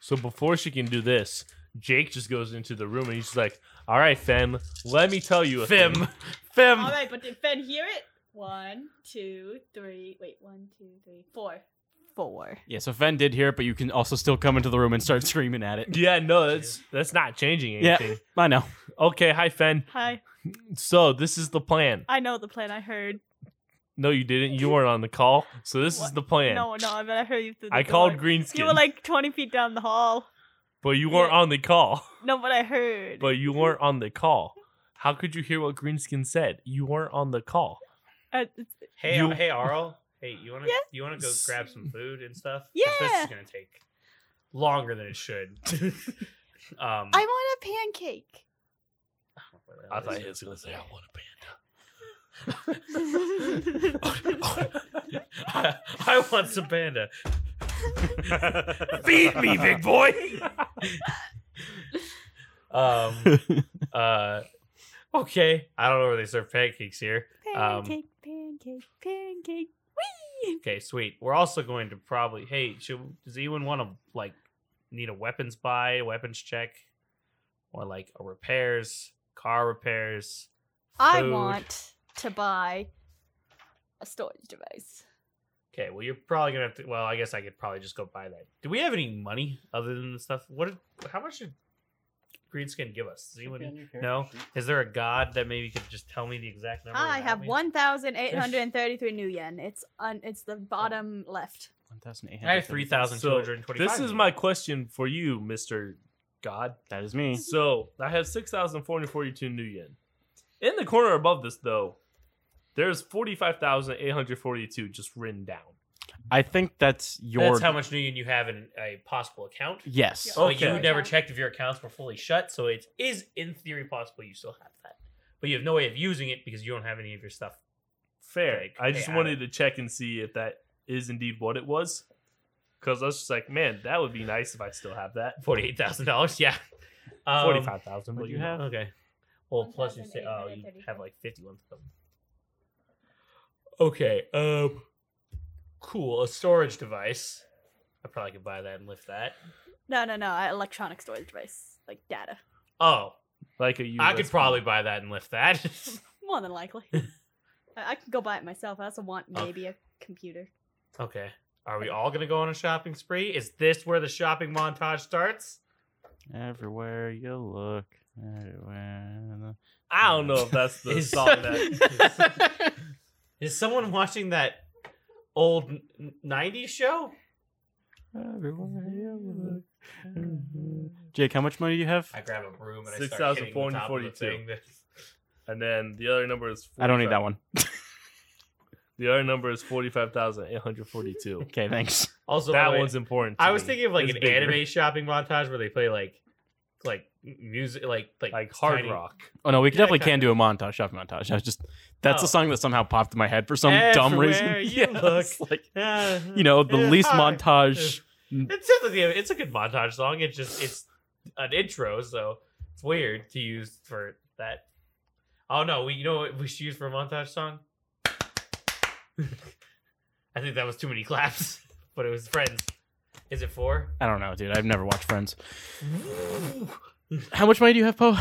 A: So before she can do this, Jake just goes into the room and he's just like, "All right, Fem, let me tell you a thing."
C: Fem, Fem?
A: Mm.
D: All right, but did Fen hear it? One, two, three. Wait, one, two, three, four. Four.
B: Yeah, so Fen did hear it, but you can also still come into the room and start screaming at it.
A: Yeah, no, that's that's not changing
B: Yeah.
A: anything.
B: I know.
A: Okay, hi Fen.
D: Hi.
A: So this is the plan.
D: I know the plan. I heard.
A: No, you didn't. You weren't on the call. So this is
D: What?
A: the plan.
D: No, no, but I heard you through the
A: Oh, I called
D: door.
A: Greenskin,
D: You were like 20 feet down the hall.
A: but you weren't
D: Yeah.
A: on the call.
D: No, but I heard.
A: But you weren't on the call. How could you hear what Greenskin said? You weren't on the call.
D: Uh,
A: Mm.
D: it's-
C: hey,
A: You-
C: hey, Arl. Hey, you wanna
D: Yeah.
C: you wanna go grab some food and stuff? 'Cause this
D: Yeah.
C: is gonna take longer than it should. um,
D: I want a pancake.
A: I thought he was gonna say, "I want a panda." Um,
C: I, I want some panda. Feed me, big boy. um. Uh. Okay. I don't know where they serve pancakes here. Um,
D: pancake, pancake, pancake. Whee!
C: Okay, sweet. We're also going to probably. Hey, should, does anyone want to like need a weapons buy, weapons check, or like a repairs, car repairs?
D: I
C: food?
D: want to buy a storage device.
C: Okay, well you're probably gonna have to. Well, I guess I could probably just go buy that. Do we have any money other than the stuff? What? did- How much did Greenskin give us? Does anyone? No. Is there a god that maybe could just tell me the exact number?
D: I
C: without
D: have
C: me?
D: 1,833 new yen. It's on. It's the bottom left.
B: 1,800.
C: I have three thousand two hundred twenty-five.
A: This is my question for you, Mister God.
B: That is me.
A: So I have six thousand four hundred forty-two new yen. In the corner above this, though, there's forty-five thousand eight hundred forty-two just written down.
B: I think that's your.
C: That's how much new yen you have in a possible account.
B: Yes.
D: Yeah.
C: So you
A: Okay.
C: never checked if your accounts were fully shut, so it is in theory possible you still have that, but you have no way of using it because you don't have any of your stuff.
A: Fair.
C: Like,
A: I just
C: hey, I
A: wanted to check and see if that is indeed what it was, because I was just like, man, that would be nice if I still have that.
C: Forty-eight thousand dollars. Yeah. Um,
A: Forty-five thousand.
B: what
A: What
B: do
A: you
B: you
A: have?
B: have?
C: Okay. Well, plus you say, oh, you
D: 1,833.
C: have like fifty-one thousand. Okay. Um. Cool. A storage device. I probably could buy that and lift that.
D: No, no, no. uh, Electronic storage device, like data,
C: Oh,
A: Like a USB.
C: I could probably buy that and lift that.
D: more than likely. I-, I could go buy it myself. I also want maybe a computer.
C: okay. Are we all gonna go on a shopping spree? Is this where the shopping montage starts?
B: Everywhere you look. Everywhere.
A: I don't know if that's the
C: Is-
A: song that.
C: Is someone watching that old n- '90s show?
B: Everywhere you look. mm-hmm. Jake, how much money do you have?
C: I grab a broom and I start hitting the top of the
A: 6,442.
C: thing. that-
A: And then the other number is.
B: I don't need
A: 45.
B: that one.
A: The other number is forty-five thousand eight hundred forty-two.
B: Okay, thanks.
C: Also, by
A: that
C: the way,
A: one's important. to
C: I was
A: me.
C: thinking of like
A: It's
C: an
A: bigger.
C: anime shopping montage where they play like like m- music, like like
A: like hard
C: tiny-
A: rock.
B: Oh no, we
C: Yeah,
B: definitely
C: kinda.
B: can do a montage, shopping montage. I was just that's
C: Oh.
B: a song that somehow popped in my head for some dumb reason.
C: Everywhere you
B: it's
C: look.
B: like
C: Yeah.
B: you know the
C: Yeah,
B: least
C: hi.
B: montage.
C: It's just like, it's a good montage song. It's just it's an intro, so it's weird to use for that. Oh no, we you know what we should use for a montage song. I think that was too many claps, but it was friends. Is it four?
B: I don't know, dude. I've never watched Friends. How much money do you have, Poe?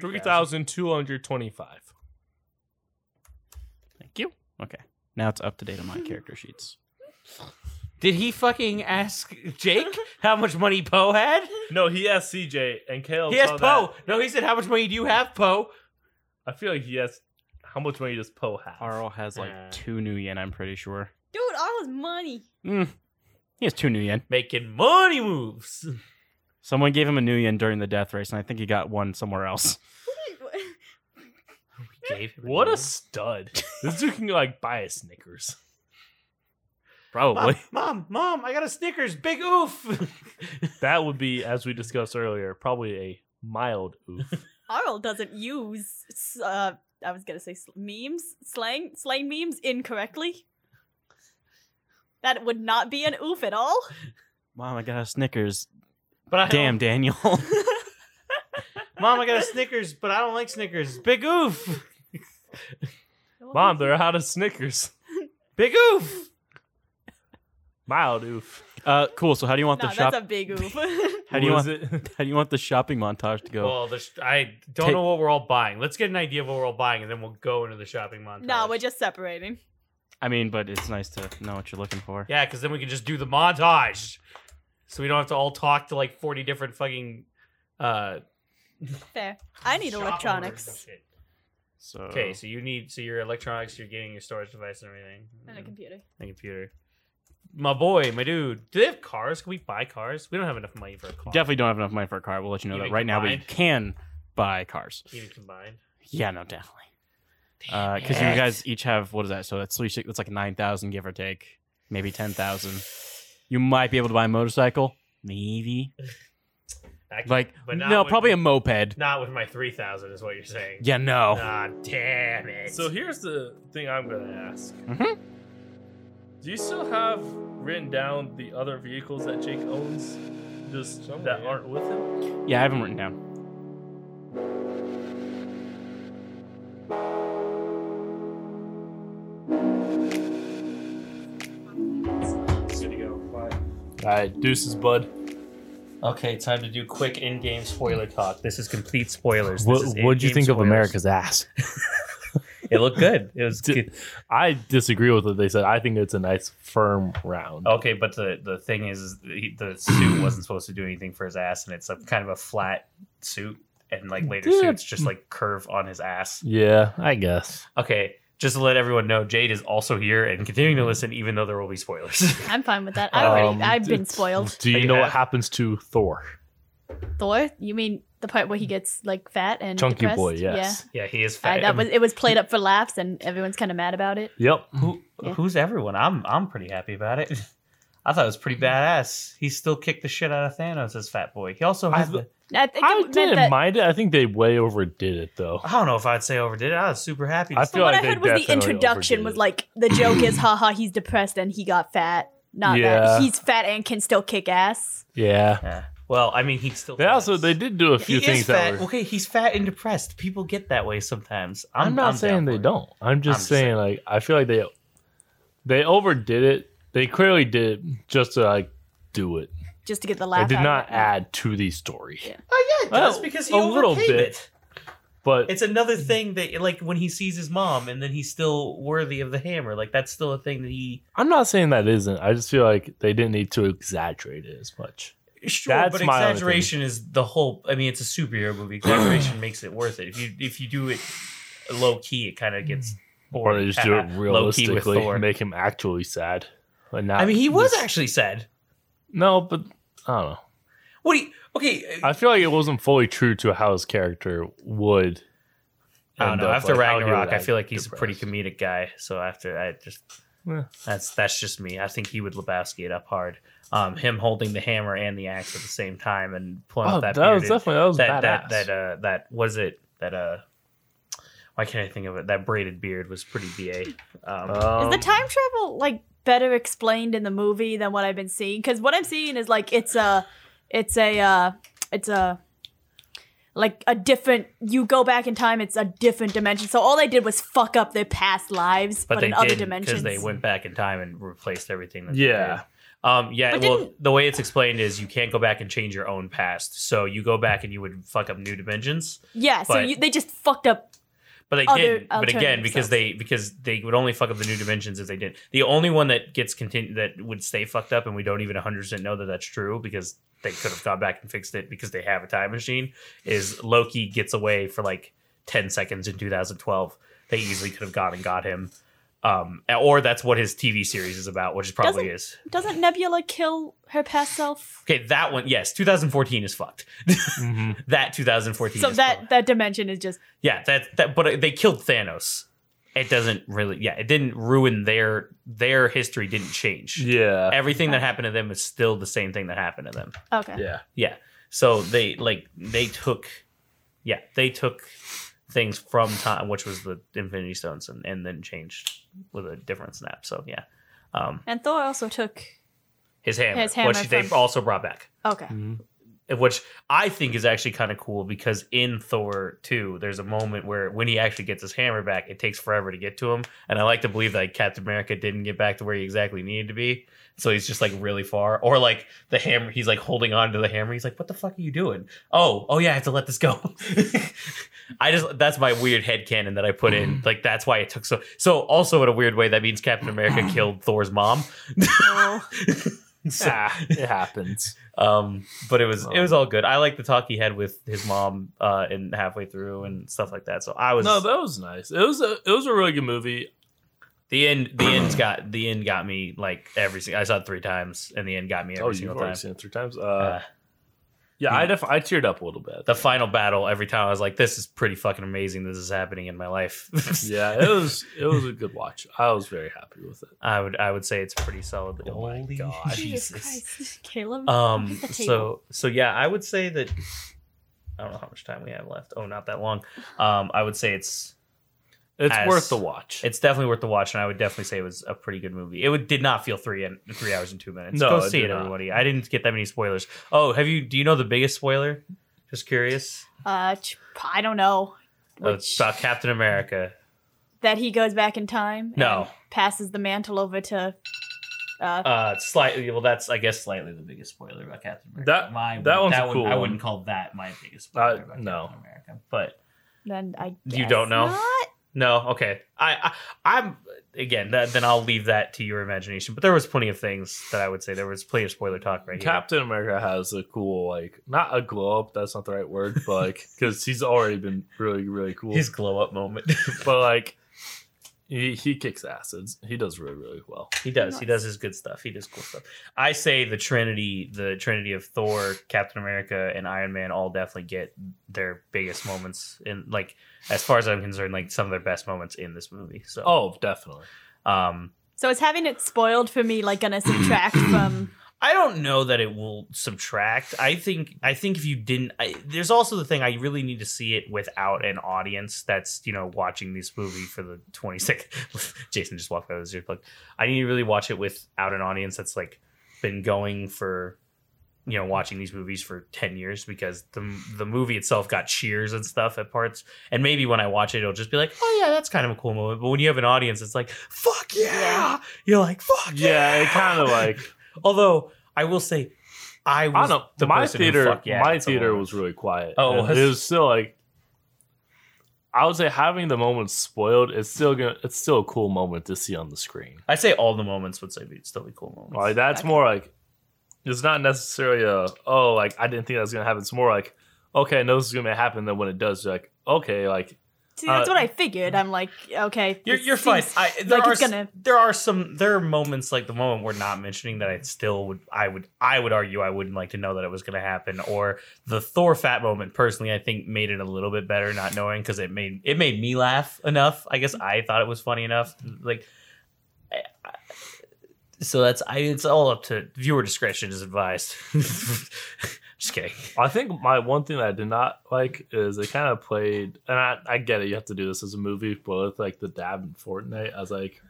A: Three thousand two hundred twenty-five.
B: Thank you. Okay, now it's up to date on my character sheets.
C: Did he fucking ask Jake how much money Poe had?
A: No, he asked CJ and Kale.
C: He asked
A: saw
C: Oh, Poe.
A: that.
C: No, he said, "How much money do you have, Poe?"
A: I feel like he asked, "How much money does Poe have?"
B: Arl has like
C: Uh.
B: two new yen. I'm pretty sure.
D: Dude, all his money.
B: Mm. He has two new yen.
C: Making money moves.
B: Someone gave him a new yen during the death race, and I think he got one somewhere else.
C: Gave him
A: What
C: name.
A: a stud! this dude can like buy a Snickers.
B: Probably.
C: mom, mom, mom! I got a Snickers. Big oof.
A: That would be, as we discussed earlier, probably a mild oof.
D: Arl doesn't use. s- Uh, I was gonna say sl- memes, slang, slang memes incorrectly. That would not be an oof at all.
B: Mom, I got a Snickers.
C: but I don't-
B: Damn, Daniel.
C: mom, I got a Snickers, but I don't like Snickers. Big oof.
A: Mom, they're out of Snickers.
C: Big oof.
A: Mild oof.
B: uh, cool. So how do you want
D: No,
B: the
D: that's
B: shop?
D: a big oof.
B: how do you
A: What
B: want?
A: is it?
B: How do you want the shopping montage to go?
C: Well, the sh- I don't
B: Take-
C: know what we're all buying. Let's get an idea of what we're all buying, and then we'll go into the shopping montage.
D: no, we're just separating.
B: I mean, but it's nice to know what you're looking for.
C: Yeah, because then we can just do the montage. So we don't have to all talk to like 40 different fucking uh
D: Fair. I need
C: shop owners
D: electronics
C: and shit.
B: So
C: Okay, so you need so your electronics, you're getting your storage device and everything.
D: and a computer.
C: and a computer. My boy, my dude. Do they have cars? Can we buy cars? We don't have enough money for a car.
B: definitely don't have enough money for a car. We'll let you know
C: Even
B: that right now. But you
C: combined?
B: can buy cars.
C: Even combined.
B: Yeah, no, definitely. Because Uh, you guys each have what is that? So that's three. That's like nine thousand, give or take, maybe ten thousand. You might be able to buy a motorcycle, maybe.
C: I can-
B: Like
C: but not
B: no,
C: with-
B: probably a moped.
C: not with my three thousand is what you're saying.
B: Yeah, no.
C: Ah, damn it.
A: So here's the thing I'm gonna ask.
B: Mhm.
A: Do you still have written down the other vehicles that Jake owns, just
C: Somewhere,
A: that
C: yeah.
A: aren't with him?
B: Yeah, I haven't written down.
A: All right, deuces, bud.
C: okay, time to do quick in-game spoiler talk. This is complete spoilers.
A: ass?
C: It looked good. It was.
A: Did- I disagree with what they said. I think it's a nice firm round.
C: Okay, but the the thing is, is he, the suit wasn't supposed to do anything for his ass, and it's a kind of a flat suit, and like later
A: Dude.
C: suits just like curve on his ass.
A: Yeah, I guess.
C: Okay, Just to let everyone know, Jade is also here and continuing to listen, even though there will be spoilers.
D: I'm fine with that. I already,
A: Um,
D: I've been
A: it's-
D: spoiled.
A: Do you,
C: You
A: know what
C: have-
A: happens to Thor?
D: Thor, you mean the part where he gets like fat and
A: Chunky
D: depressed?
A: boy, yes.
C: yeah, he is
D: Yeah,
C: fat.
D: I, that was it was played up for laughs, and everyone's kind of mad about it.
A: Yep.
C: Who,
D: Yeah.
C: Who's everyone? I'm I'm pretty happy about it. I thought it was pretty
D: Mm-hmm.
C: badass. He still kicked the shit out of Thanos as Fat Boy. He also
A: I
C: had.
A: th-
C: the,
D: I think
A: I
D: it meant
A: didn't
D: that
A: mind it. I think they way overdid it though.
C: I don't know if I'd say overdid it. I was super happy.
A: I
C: I
A: feel-
D: From what
A: like
D: I
A: they
D: heard was the
A: definitely
D: introduction
A: overdid
D: was
A: it.
D: like the joke is haha he's depressed and he got fat. Not
A: Yeah.
D: that he's fat and can still kick ass.
A: Yeah.
C: well, I mean, he's still.
A: They also
C: fat.
A: they did do a few
C: he
A: things
C: is fat.
A: that were.
C: okay, he's fat and depressed. People get that way sometimes. I'm,
A: I'm, not
C: I'm down
A: saying they
C: for it.
A: don't. I'm just
C: I'm just
A: saying,
C: saying.
A: like I feel like they they overdid it. They clearly did it just to like do it.
D: Just to get the
A: They
D: laugh.
A: did
D: out of
A: not
D: it.
A: add to the story.
D: Yeah.
C: Oh yeah, it does
A: Oh,
C: because he
A: a little
C: overpaid
A: bit.
C: it.
A: But
C: It's another thing that, like, when he sees his mom, and then he's still worthy of the hammer. Like that's still a thing that he.
A: I'm not saying that isn't. I just feel like they didn't need to exaggerate it as much.
C: Sure,
A: That's
C: but
A: my only thing.
C: exaggeration is the whole. I mean, it's a superhero movie. Exaggeration makes it worth it. If you if you do it low key, it kind of gets
A: Or
C: boring.
A: they Mm. just do it
C: Low key with
A: realistically,
C: Thor.
A: make him actually sad. But not
C: I mean, he was
A: this-
C: actually sad.
A: no, but I don't know.
C: What? Do you, okay, uh,
A: I feel like it wasn't fully true to how his character would.
C: I don't
A: end
C: know.
A: up,
C: after
A: like, uh, how he
C: Ragnarok,
A: would
C: I feel like he's a pretty
A: depressed.
C: comedic guy. So after I just
A: Yeah.
C: that's that's just me. I think he would Lebowski it up hard. Um, him holding the hammer and the axe at the same time and pulling
A: Oh,
C: out
A: that,
C: that
A: was
C: bearded-
A: definitely that was
C: that
A: badass.
C: that that uh that was it that uh why can't I think of it? That braided beard was pretty ba. Um,
A: Um,
D: Is the time travel like better explained in the movie than what I've been seeing? Because what I'm seeing is like it's a, it's a, uh, it's a, like a different. You go back in time, it's a different dimension. So all they did was fuck up their past lives, but,
C: but they
D: in other
C: did because
D: dimensions.
C: they went back in time and replaced everything. that they
A: Yeah.
C: did. Um, yeah.
D: But
C: well,
D: didn't-
C: the way it's explained is you can't go back and change your own past. So you go back and you would fuck up new dimensions.
D: yeah, so
C: but-
D: you, they just fucked up.
C: But they
D: other
C: didn't. But again,
D: Oh, alternative
C: because
D: selves.
C: they because they would only fuck up the new dimensions if they didn't. The only one that gets continued that would stay fucked up, and we don't even 100 percent know that that's true because they could have gone back and fixed it because they have a time machine. Is Loki gets away for like 10 seconds in 2012? They easily could have gone and got him. Um, or that's what his TV series is about, which it probably
D: Doesn't-
C: is.
D: Doesn't Nebula kill her past self?
C: Okay, that one, yes, 2014 is fucked.
A: mhm.
C: that 2014.
D: So
C: is fucked.
D: that that dimension is just
C: Yeah, that that but they killed Thanos. It doesn't really yeah, it didn't ruin their their history didn't change.
A: Yeah.
C: Everything that happened to them is still the same thing that happened to them.
D: okay.
A: Yeah.
C: So they like they took yeah, they took things from time which was the Infinity Stones and, and then changed with a different snap. So yeah. Um
D: And Thor also took
C: his hammer,
D: His hammer
C: which they
D: from-
C: also brought back.
D: okay.
C: which I think is actually kind of cool because in Thor 2, there's a moment where when he actually gets his hammer back, it takes forever to get to him. And I like to believe that Captain America didn't get back to where he exactly needed to be. So he's just like really far. Or like the hammer, he's like holding on to the hammer. He's like, what the fuck are you doing? Oh, oh yeah, I have to let this go. I just, that's my weird headcanon that I put in. Like, that's why it took so. So, also in a weird way, that means Captain America killed Thor's mom.
D: Oh.
C: So-
A: Ah, it happens.
C: um but it was it was all good i like the talk he had with his mom uh in halfway through and stuff like that so i was
A: no, that was nice. It was a it was a really good movie.
C: the end the end's got the end got me like every single i saw it three times and the end got me every
A: oh, you've
C: single
A: already
C: time
A: seen it three times. Uh,
C: Uh,
A: yeah,
C: yeah.
A: I def- I teared up a little bit.
C: the final battle every time i was like this is pretty fucking amazing this is happening in my life
A: yeah, it was it was a good watch. I was very happy with it.
C: i would i would say it's pretty solid
A: Oh my
C: Holy
A: God.
D: Jesus Christ. Caleb.
C: um
D: Look at the
C: so so yeah i would say that i don't know how much time we have left oh not that long um i would say it's
A: It's
C: As-
A: worth the watch.
C: It's definitely worth the watch, and I would definitely say it was a pretty good movie. It would, did not feel three and three hours and two minutes.
A: No,
C: Go
A: it
C: see
A: did
C: it,
A: not.
C: everybody. I didn't get that many spoilers. Oh, have you? Do you know the biggest spoiler? Just curious.
D: Uh, ch- I don't know.
C: Uh,
D: Which,
C: about Captain America.
D: that he goes back in time.
C: No.
D: And passes the mantle over to. Uh,
C: Uh, slightly. Well, that's I guess slightly the biggest spoiler about Captain America.
A: That-
C: my,
A: that one's a
C: one-
A: cool
C: I
A: one.
C: wouldn't call that my biggest spoiler
A: Uh,
C: about
A: no.
C: Captain America, but
D: then I.
C: You
D: guess
C: don't know?
D: not.
C: No, okay. I, I I'm again. That, then I'll leave that to your imagination. But there was plenty of things that I would say. There was plenty of spoiler talk right here.
A: Captain America has a cool like not a glow up. That's not the right word, but like because he's already been really really cool.
C: His glow up moment.
A: but like He he kicks ass. It's, he does really really well.
C: He does. He does his good stuff. He does cool stuff. I say the Trinity, the Trinity of Thor, Captain America, and Iron Man all definitely get their biggest moments in like as far as I'm concerned, like some of their best moments in this movie. So
A: Oh, definitely.
C: um
D: So is having it spoiled for me like gonna subtract from?
C: I don't know that it will subtract. I think I think if you didn't I, there's also the thing I really need to see it without an audience that's, you know, watching this movie for the 22nd. Jason just walked out of his earplug. I need to really watch it without an audience that's like been going for you know, watching these movies for 10 years because the the movie itself got cheers and stuff at parts. And maybe when I watch it it'll just be like, "Oh yeah, that's kind of a cool moment." But when you have an audience it's like, "Fuck yeah." You're like, "Fuck yeah."
A: Yeah, it kind of like
C: Although I will say, I
A: I
C: was
A: don't know.
C: the
A: my
C: person who
A: theater,
C: fuck yeah
A: my
C: at some
A: theater
C: moment.
A: was really quiet.
C: Oh,
A: And
C: it was?
A: it was still like I would say having the moment spoiled is still gonna it's still a cool moment to see on the screen.
C: I say all the moments would say be still be cool moments.
A: Like that's
D: Okay.
A: more like it's not necessarily a oh like I didn't think that was gonna happen. It's more like okay, no, this is gonna happen. Then when it does, you're like okay, like
D: See, that's
A: Uh,
D: what I figured. I'm like, okay,
C: You're,
D: this
C: you're fine.
D: seems
C: I, there
D: like
C: are
D: it's
C: s-
D: gonna-
C: there are some there are moments like the moment we're not mentioning that I still would I would I would argue I wouldn't like to know that it was going to happen or the Thor fat moment personally I think made it a little bit better not knowing because it made it made me laugh enough I guess I thought it was funny enough like I, I, so that's I it's all up to viewer discretion is advised just kidding
A: I think my one thing that I did not like is they kind of played, and I, I get it. You have to do this as a movie, but with like the dab in Fortnite, I was like,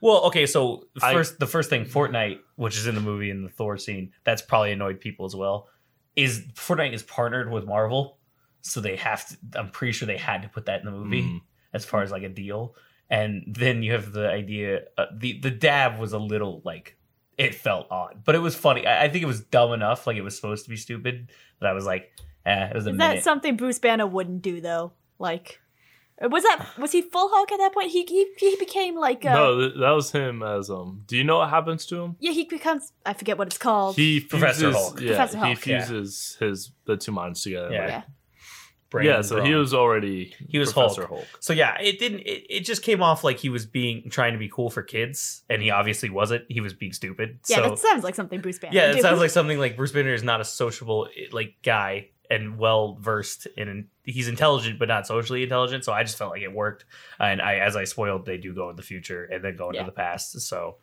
C: Well, okay, so
A: I-
C: first the first thing, Fortnite, which is in the movie in the Thor scene, that's probably annoyed people as well. Is Fortnite is partnered with Marvel, so they have to. I'm pretty sure they had to put that in the movie
A: Mhm.
C: as far as like a deal. And then you have the idea. Uh, the the dab was a little like it felt odd, but it was funny. I, I think it was dumb enough, like it was supposed to be stupid. That I was like, eh, it was a
D: Is
C: minute.
D: that something Bruce Banner wouldn't do though? Like, uh, was that was he Full Hulk at that point? He he, he became like uh,
A: no, th- that was him as um. Do you know what happens to him?
D: yeah, he becomes I forget what it's called.
A: He fuses,
C: Professor Hulk.
A: Yeah,
D: Professor
A: he
D: Hulk,
C: yeah.
A: fuses his the two minds together.
C: Yeah.
A: like-
D: yeah.
A: yeah.
C: Brain
A: so he
C: wrong.
A: was already
C: He was
A: Professor
C: Hulk.
A: Hulk.
C: So yeah, it didn't. It, it just came off like he was being trying to be cool for kids, and he obviously wasn't. He was being stupid.
D: Yeah,
C: so
D: that sounds like something Bruce Banner.
C: yeah, it
D: would do.
C: sounds like something like Bruce Banner is not a sociable eh, like guy and well versed in. He's intelligent, but not socially intelligent. So I just felt like it worked. And I, as I spoiled, they do go in the future and then go into
D: Yeah.
C: the past. So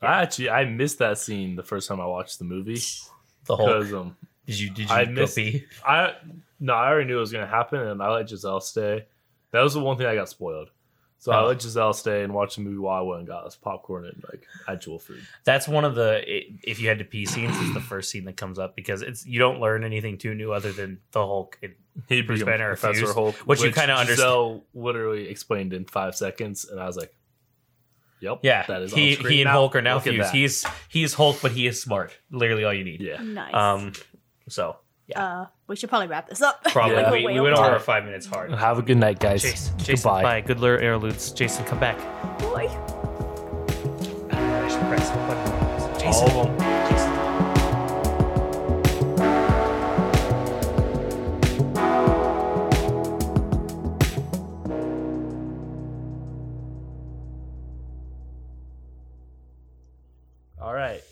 A: I actually I missed that scene the first time I watched the movie
C: the whole
A: because um
C: did you did you
A: I
C: go
A: missed-
C: pee?
A: I no I already knew it was gonna happen and I let Giselle stay. That was the one thing I got spoiled. So I
C: Oh.
A: let Giselle stay and watch the movie while I went and got us popcorn and like actual food.
C: That's one of the i- if you had to pee scenes is the first scene that comes up because it's you don't learn anything too new other than the Hulk. It,
A: He
C: Bruce
A: became
C: Banner
A: Professor
C: refused,
A: Hulk,
C: which you kinda understand.
A: Giselle literally explained in five seconds, and I was like, "Yep,
C: Yeah,
A: that is on
C: he,
A: screen
C: he and
A: now.
C: Hulk are now
A: Look at
C: fused.
A: that."
C: He's he's Hulk, but he is smart. Literally, all you need.
A: yeah,
D: nice.
C: Um, so
D: uh, we should probably wrap this up.
C: probably
A: Yeah.
C: we,
D: Way
C: we went
D: over
C: over
A: time.
C: our five minutes hard.
A: Have a good night, guys.
C: Jason, Jason,
A: Goodbye.
C: bye. Good lure, air loots. Jason, come back.
D: Boy.
C: I should press the button. Jason,
A: All of them.
C: Jason.
A: All right.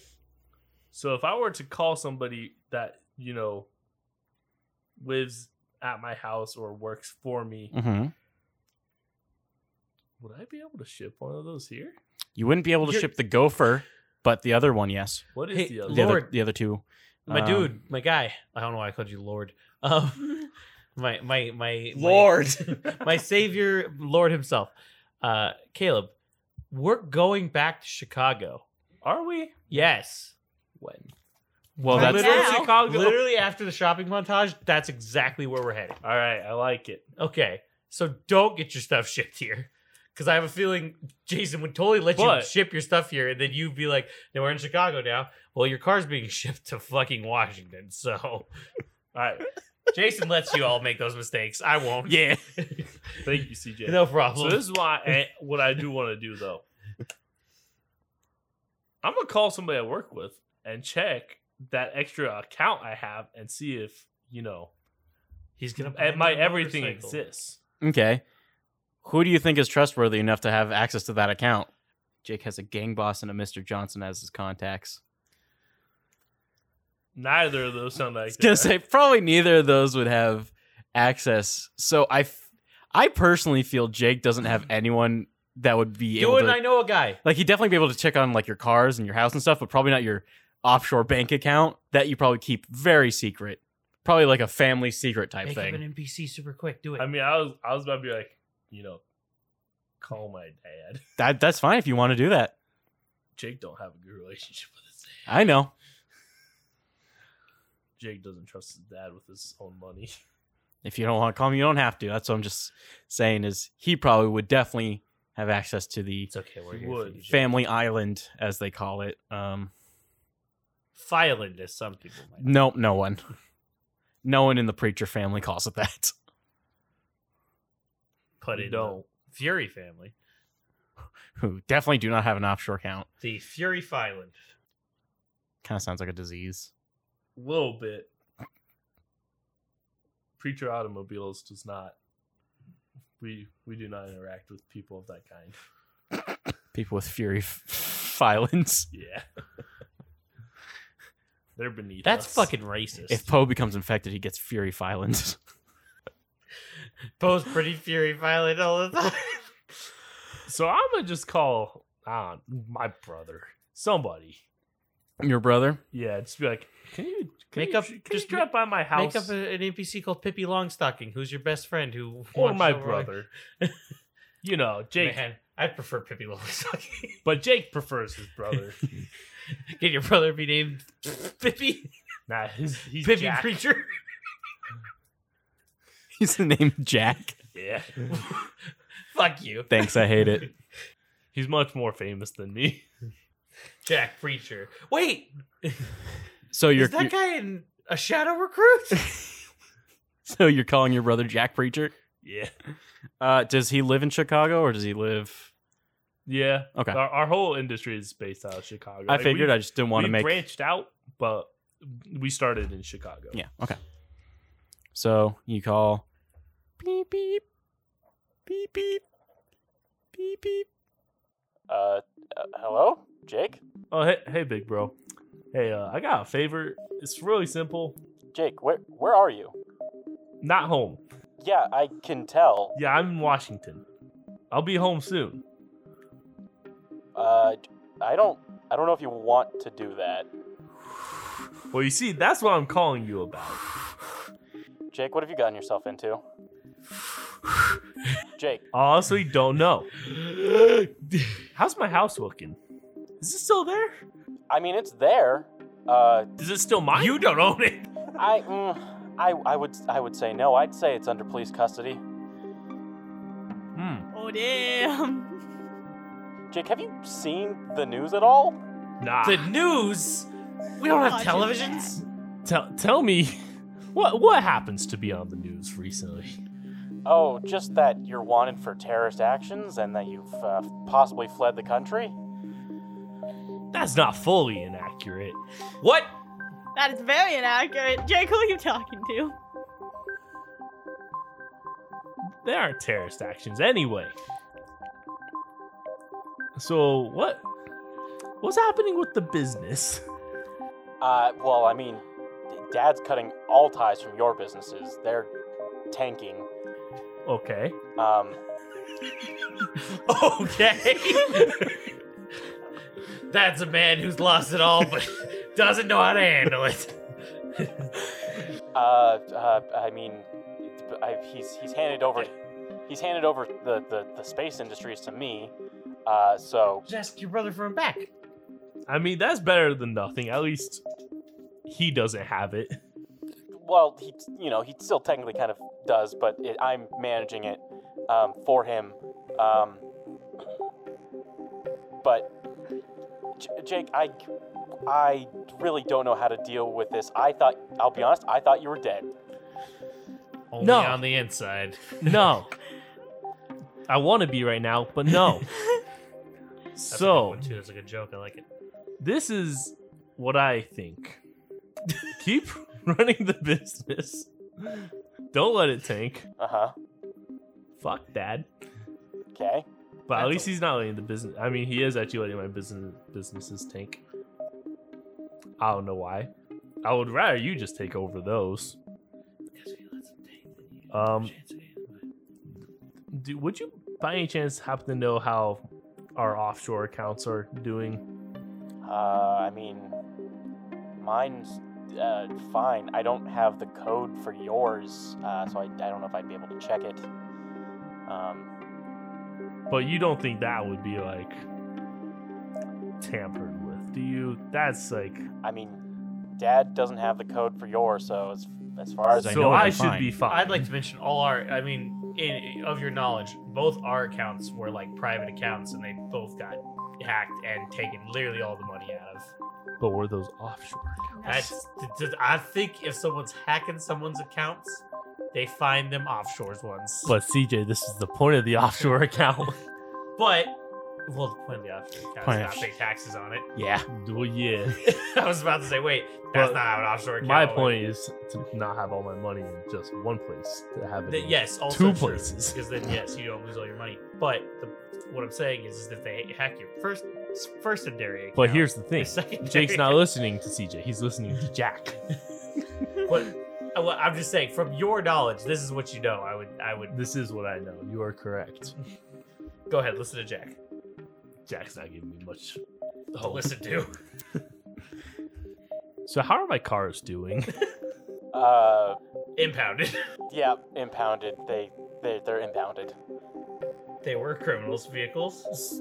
A: So if I were to call somebody that you know lives at my house or works for me,
B: Mm-hmm.
A: would I be able to ship one of those here?
B: You wouldn't be able to
C: You're-
B: ship the gopher, but the other one, yes.
A: What is
C: Hey,
A: the other?
B: The other,
C: Lord.
B: the other two.
C: my
B: Um,
C: dude, my guy. I don't know why I called you Lord. Um, my my my my- my savior, Lord himself, uh, Caleb. We're going back to Chicago.
A: Are we?
C: Yes.
A: When?
B: Well,
D: Right
B: that's
D: now.
C: literally,
A: Chicago.
C: literally after the shopping montage. That's exactly where we're headed.
A: All right, I like it.
C: Okay, so don't get your stuff shipped here. Because I have a feeling Jason would totally let you
A: But-
C: ship your stuff here, and then you'd be like, no, we're in Chicago now. Well, your car's being shipped to fucking Washington. So
A: All right,
C: Jason lets you all make those mistakes. I won't.
B: yeah.
A: thank you, CJ.
C: No
A: So
C: problem.
A: this is why I, what I do want to do though. I'm gonna call somebody I work with and check that extra account I have and see if you know
C: He's going
A: my everything exists.
B: Okay. Who do you think is trustworthy enough to have access to that account? Jake has a gang boss and a Mr. Johnson as his contacts.
A: Neither of those sound like
B: I was
A: that.
B: gonna say probably neither of those would have access. So I, f- I personally feel Jake doesn't have anyone that would be
C: Do
B: able
C: it.
B: to.
C: I know a guy.
B: like he'd definitely be able to check on like your cars and your house and stuff, but probably not your offshore bank account that you probably keep very secret. Probably like a family secret type
C: Make
B: thing.
C: up an NPC super quick. Do it.
A: I mean, I was I was about to be like, you know, call my dad.
B: that that's fine if you want to do that.
A: Jake don't have a good relationship with his dad.
B: I know.
A: Jake doesn't trust his dad with his own money.
B: If you don't want to call him, you don't have to. That's what I'm just saying is he probably would definitely have access to the
C: it's okay. We're
A: You
C: here
A: would.
C: for you, Jake.
B: family island as they call it. Um
C: Filand, as some people might.
B: nope, no one. No one in the preacher family calls it that.
C: put
A: You
C: in
A: don't.
C: the Fury family.
B: Who definitely do not have an offshore account.
C: The Fury Filand.
B: Kind of sounds like a disease.
A: little bit. Preacher Automobiles does not. We we do not interact with people of that kind.
B: People with fury f- filings.
A: Yeah, they're beneath.
C: That's
A: us.
C: fucking racist.
B: If Poe becomes infected, he gets Fury Filings.
C: Poe's pretty Fury Filand all the time.
A: So I'm gonna just call uh, my brother, somebody.
B: Your brother?
A: Yeah, just be like, can you can
C: Make
A: you,
C: up-
A: can
C: just
A: you drop by my house
C: Make up a, an NPC called Pippi Longstocking, who's your best friend, who
A: or
C: watches
A: my
C: over all-
A: brother? you know, Jake,
C: Man, I prefer Pippi Longstocking.
A: but Jake prefers his brother.
C: Can your brother be named Pippi?
A: nah, his, he's
C: Pippi
A: Jack.
C: Preacher.
B: He's the name Jack.
A: yeah,
C: Fuck you,
B: Thanks, I hate it.
A: he's much more famous than me.
C: Jack Preacher. Wait,
B: So you're
C: is that guy in a Shadow Recruit?
B: so you're calling your brother Jack Preacher?
A: Yeah,
B: Uh, does he live in Chicago or does he live?
A: yeah.
B: Okay,
A: Our, our whole industry is based out of Chicago.
B: I figured I just didn't want to make.
A: branched out, but we started in Chicago.
B: Yeah. Okay. So you call. Beep beep. Beep beep. Beep beep.
E: Uh, uh, hello, Jake.
A: Oh hey, hey, big bro. Hey, uh, I got a favor. It's really simple.
E: Jake, where where are you?
A: Not home.
E: Yeah, I can tell.
A: Yeah, I'm in Washington. I'll be home soon.
E: Uh, I don't I don't know if you want to do that,
A: Well, you see, that's what I'm calling you about.
E: Jake. What have you gotten yourself into? Jake,
A: I honestly don't know. How's my house looking? Is it still there?
E: I mean it's there. Uh,
A: Is it still mine? You don't own it.
E: I mm, I I would I would say no. I'd say it's under police custody.
A: Hmm.
D: Oh damn.
E: Jake, have you seen the news at all?
A: Nah.
C: the news. We don't have
D: Watching
C: televisions.
A: tell, tell me, what what happens to be on the news recently?
E: Oh, just that you're wanted for terrorist actions and that you've uh, possibly fled the country.
A: That's not fully inaccurate.
C: What?
D: That is very inaccurate. Jake, who are you talking to?
A: They aren't terrorist actions anyway. So what? What's happening with the business?
E: Uh, well, I mean, d- Dad's cutting all ties from your businesses. They're tanking.
A: Okay.
E: Um,
C: Okay. That's a man who's lost it all, but doesn't know how to handle it.
E: uh, uh, I mean, I, he's he's handed over he's handed over the, the, the space industries to me. Uh, so
C: Just ask your brother for him back.
A: I mean that's better than nothing. At least he doesn't have it.
E: well, he you know he still technically kind of does, but it, I'm managing it um, for him. Um, but J- Jake, I I really don't know how to deal with this. I thought I'll be honest, I thought you were dead.
C: Only
A: No.
C: on the inside.
A: No. I want to be right now, but no.
C: That's a
A: so
C: good one, too. That's a good joke. I like it.
A: this is what I think. Keep running the business. Don't let it tank.
E: Uh huh.
A: Fuck dad.
E: Uh-huh. Okay.
A: But at
C: That's
A: least
C: a-
A: he's not letting the business. I mean, he is actually letting my business businesses tank. I don't know why. I would rather you just take over those. Um, do, would you, by any chance, happen to know how our offshore accounts are doing?
E: Uh, I mean, mine's uh, fine. I don't have the code for yours, uh, so I, I don't know if I'd be able to check it. Um,
A: But you don't think that would be like tampered with, do you? That's like
E: I mean, Dad doesn't have the code for yours, so as, as far as
B: I
A: so.
B: know
A: I,
B: they're
A: should be fine.
C: I'd like to mention all our. I mean, in, of your knowledge, both our accounts were like private accounts, and they both got hacked and taken literally all the money out of.
A: but were those offshore?
C: That's. th- th- I think if someone's hacking someone's accounts, they find them offshores ones.
A: But CJ, this is the point of the offshore account.
C: but well, the point of the offshore account
B: Point
C: is
B: of-
C: not pay taxes on it.
B: Yeah.
A: well, yeah.
C: I was about to say, wait, that's
A: But
C: not how an offshore account.
A: My
C: works.
A: point is to not have all my money in just one place. To have it
C: Th-
A: in
C: yes, also
A: two
C: true,
A: places.
C: Because then, yes, you don't lose all your money. But the, what I'm saying is, is that they hack your first first and dairy account.
A: But here's the thing:
C: your secondary
A: Jake's not
C: account.
A: listening to CJ. He's listening to Jack.
C: But I- uh, well, I'm just saying, from your knowledge, this is what you know. I would, I would
A: this is what I know. You are correct.
C: go ahead listen to Jack.
A: Jack's not giving me much. Oh.
C: To listen to.
A: So how are my cars doing?
E: uh,
C: Impounded.
E: yeah, impounded. They they they're impounded.
C: they were criminals' vehicles.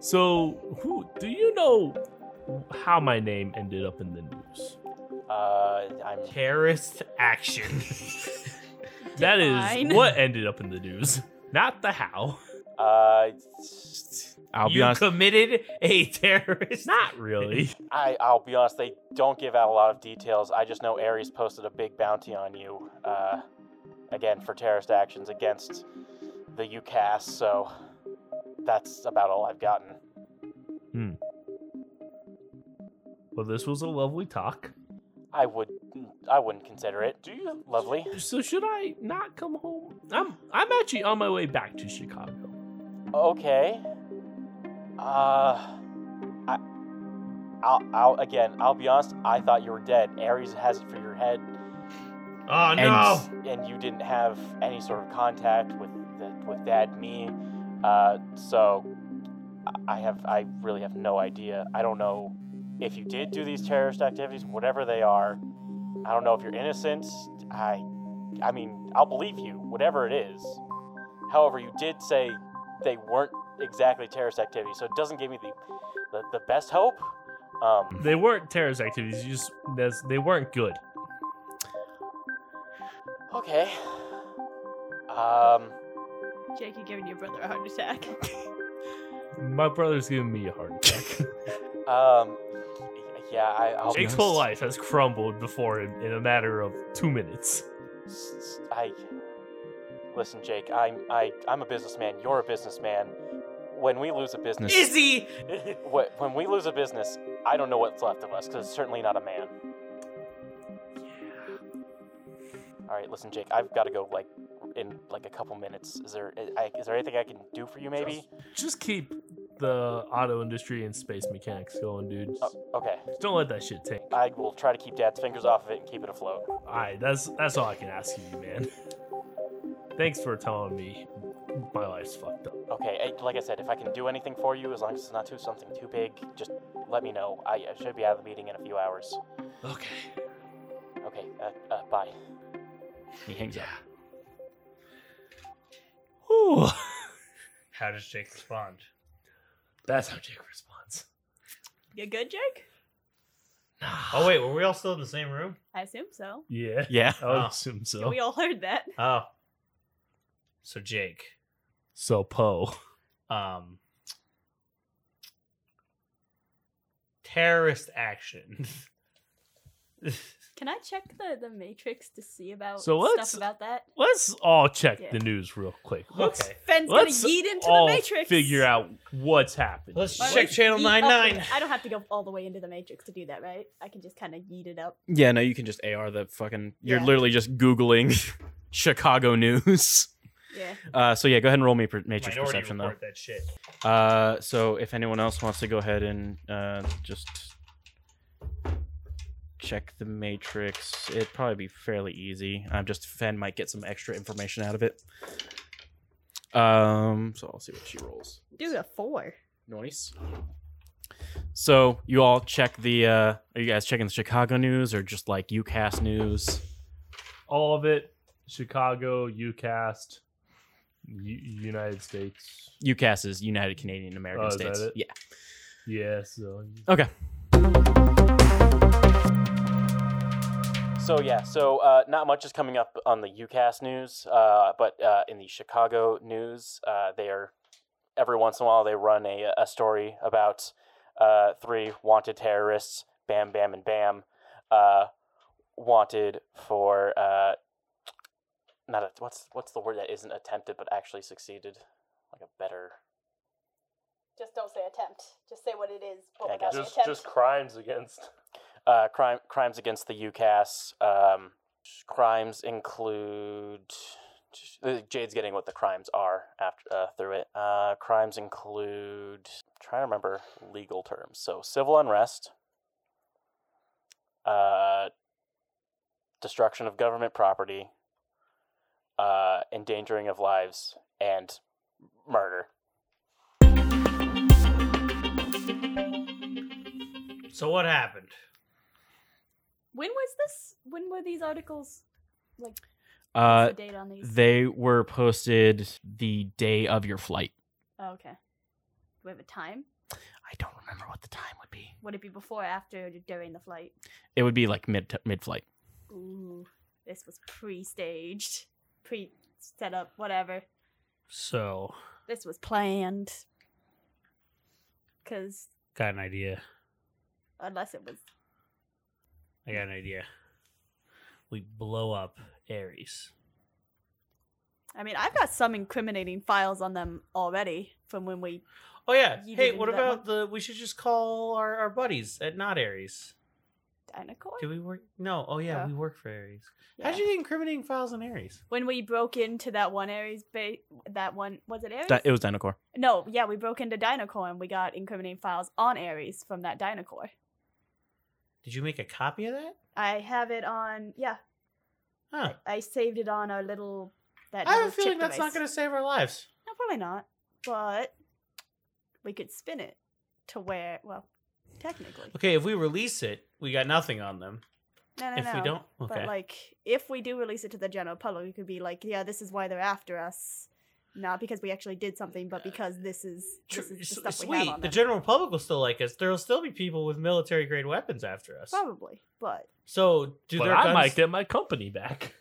A: So who do you know how my name ended up in the news?
E: Uh, I'm
C: Terrorist action.
A: That is
D: Define.
A: what ended up in the news, not the how.
E: uh,
B: I'll
C: you
B: be honest.
C: committed a terrorist.
A: Not really.
E: I I'll be honest. They don't give out a lot of details. I just know Ares posted a big bounty on you. Uh, again for terrorist actions against the UCAS. So that's about all I've gotten.
A: Well, this was a lovely talk.
E: I would I wouldn't consider it. Do you, lovely?
A: So should I not come home? I'm I'm actually on my way back to Chicago.
E: Okay. Uh, I, I'll, I'll again. I'll be honest. I thought you were dead. Ares has it for your head,
C: Oh no!
E: and you didn't have any sort of contact with the, with Dad, me. Uh, so I- I have. I really have no idea. I don't know if you did do these terrorist activities, whatever they are. I don't know if you're innocent. I, I mean, I'll believe you, whatever it is. However, you did say they weren't exactly terrorist activities, so it doesn't give me the, the, the best hope. Um,
A: They weren't terrorist activities. You just that's, they weren't good.
E: okay. Um,
D: Jake, you're giving your brother a heart attack.
A: My brother's giving me a heart attack.
E: um, yeah, I, I'll
A: Jake's whole life has crumbled before him in a matter of two minutes.
E: S- s- I listen, Jake. I'm I I'm a businessman. You're a businessman. When we lose a business,
C: Is he?
E: wh- when we lose a business, I don't know what's left of us because it's certainly not a man. All right, listen, Jake. I've got to go like in like a couple minutes. Is there I, is there anything I can do for you? Maybe.
A: Just keep the auto industry and space mechanics going, dude. Just,
E: Oh, okay.
A: just don't let that shit tank.
E: I will try to keep Dad's fingers off of it and keep it afloat.
A: Alright, that's that's all I can ask you, man. Thanks for telling me my life's fucked up.
E: Okay. I, like I said, if I can do anything for you, as long as it's not too something too big, just let me know. I, I should be out of the meeting in a few hours.
A: Okay.
E: Okay. Uh, uh, bye.
B: He hangs up.
A: Whew.
C: How does Jake respond?
A: That's how Jake responds.
D: You good, Jake?
C: Oh wait, were we all still in the same room?
D: I assume so.
A: Yeah.
B: Yeah.
A: I would
C: Oh.
A: assume so.
D: We all heard that.
C: Oh. So Jake,
A: So Poe.
C: um terrorist action.
D: Can I check the, the Matrix to see about
A: So let's-
D: stuff about that?
A: Let's all check
D: Yeah.
A: the news real quick. Let's,
C: okay.
D: Fenn's gonna
A: let's
D: yeet into
A: all
D: the Matrix.
A: figure out what's happened.
C: Let's
D: Why don't
C: check
D: you
C: channel
D: yeet up
C: 99.
D: in- I don't have to go all the way into the Matrix to do that, right? I can just kind of yeet it up.
B: Yeah, no, you can just AR the fucking. You're
D: Yeah.
B: literally just Googling Chicago news.
D: Yeah.
B: Uh, so yeah, go ahead and roll me per- matrix
C: Minority
B: perception though.
C: report that shit.
B: Uh, so if anyone else wants to go ahead and uh, just check the matrix, it'd probably be fairly easy. I'm just Fen might get some extra information out of it. Um, so I'll see what she rolls.
D: Dude, a four.
B: Nice. So you all check the. Uh, are you guys checking the Chicago news or just like UCAS news?
A: All of it. Chicago, UCAST, U- United States.
B: UCAS is United Canadian American
A: Oh, is that
B: States.
A: it?
B: Yeah.
A: Yeah, so
E: So yeah, so uh, not much is coming up on the UCAS news, uh, but uh, in the Chicago news, uh, they are every once in a while they run a, a story about uh, three wanted terrorists, Bam Bam and Bam, uh, wanted for uh, not a, what's what's the word that isn't attempted but actually succeeded, like a better
F: Just don't say attempt. Just say what it is. What
E: Yeah, I
F: without
E: guess.
F: the attempt.
A: crimes against.
E: uh, crime crimes against the UCAS. Um, crimes include uh, Jade's getting what the crimes are after uh, through it. Uh, crimes include I'm trying to remember legal terms. So civil unrest, uh, destruction of government property, uh, endangering of lives, and murder.
C: So what happened?
D: When was this? When were these articles?
B: Uh,
D: the date on these?
B: they were posted the day of your flight.
D: oh, okay. Do we have a time?
B: I don't remember what the time would be.
D: Would it be before, after, or during the flight?
B: It would be like mid mid flight.
D: Ooh, this was pre-staged, pre-set up, whatever.
C: So
D: This was planned. Cause
C: got an idea.
D: unless it was
C: I got an idea. We blow up Aries.
D: I mean, I've got some incriminating files on them already from when we
C: Oh yeah.
D: You
C: hey,
D: didn't
C: what
D: do that
C: about the? We should just call our, our buddies at not Aries.
D: Dynacore?
C: Do we work? No. Oh yeah,
D: Yeah.
C: we work for Aries.
D: Yeah.
C: How'd you get incriminating files on Aries?
D: when we broke into that one Aries base, that one was it Aries?
B: Di- it was Dinocore.
D: no, yeah, we broke into Dynacore and we got incriminating files on Aries from that Dynacore.
C: Did you make a copy of that?
D: I have it on. Yeah,
C: Huh.
D: I saved it on our little. That
C: I have
D: little
C: a feeling
D: chip
C: that's not
D: device.
C: going to save our lives.
D: No, probably not. But we could spin it to where. Well, technically,
C: Okay, if we release it, we got nothing on them.
D: no, no,
C: if
D: no.
C: we don't, okay.
D: But like, if we do release it to the general public, we could be like, yeah, this is why they're after us. Not because we actually did something, but because this is
C: Tr-
D: this is the
C: s-
D: stuff we have
C: sweet.
D: on
C: The
D: them.
C: general public will still like us. There'll still be people with military grade weapons after us.
D: Probably, but
C: So do
A: But
C: their
A: I
C: guns?
A: might get my company back.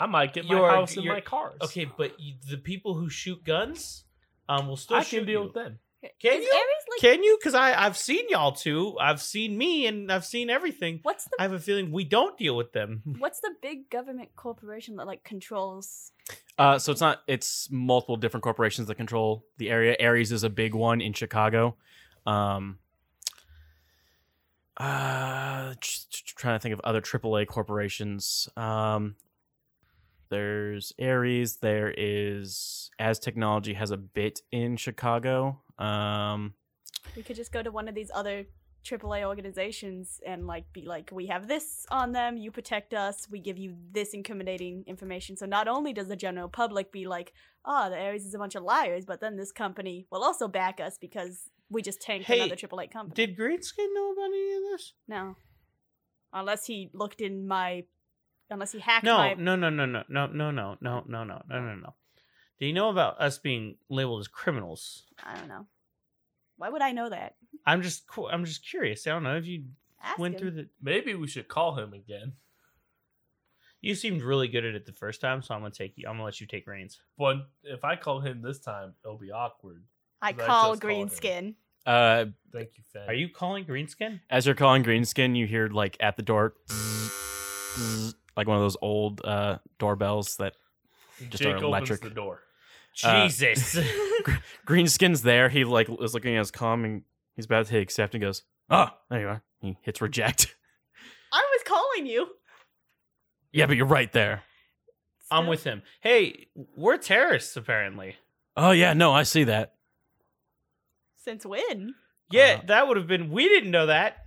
A: I might get my
C: Your-
A: house and
C: your-
A: my cars.
C: okay, but you, the people who shoot guns, um, will still
A: I
C: shoot
A: can deal
C: you.
A: with them.
C: Can
D: is
C: you?
D: Ares like
C: Can you? Because I I've seen y'all too. I've seen me and I've seen everything.
D: what's the
C: I have a feeling we don't deal with them.
D: what's the big government corporation that like controls?
B: Uh, so it's not. It's multiple different corporations that control the area. Ares is a big one in Chicago. Um, uh, just just trying to think of other AAA corporations. Um, there's Ares. There is as technology has a bit in Chicago. Um,
D: We could just go to one of these other AAA organizations and like be like, we have this on them. You protect us. We give you this incriminating information. So not only does the general public be like, oh, the Ares is a bunch of liars, but then this company will also back us because we just tanked
C: Hey,
D: another AAA company.
C: Did Greenskin know about any of this?
D: no, unless he looked in my, unless he hacked
C: No,
D: my.
C: no, no, no, no, no, no, no, no, no, no, no, no, no. Do you know about us being labeled as criminals?
D: I don't know. Why would I know that?
C: I'm just, cu- I'm just curious. I don't know if you
D: Ask
C: went
D: him.
C: through the.
A: Maybe we should call him again.
C: You seemed really good at it the first time, so I'm gonna take you. I'm gonna let you take reins.
A: But if I call him this time, it'll be awkward.
D: I
A: 'cause I
D: call
A: just called him.
D: Greenskin.
B: uh,
A: Thank you, Fed.
C: Are you calling Greenskin?
B: as you're calling Greenskin, you hear like at the door, like one of those old uh, doorbells that just
A: Jake
B: our electric-
A: opens the door.
B: Uh,
C: Jesus.
B: Greenskin's there. He like is looking at his comm and he's about to hit accept and goes, "Oh, there you are." He hits reject.
D: I was calling you.
B: yeah, but you're right there.
C: I'm with him. Hey, we're terrorists apparently.
B: Oh yeah, no, I see that.
D: Since when?
C: Yeah,
B: Uh-huh.
C: that would have been. We didn't know that.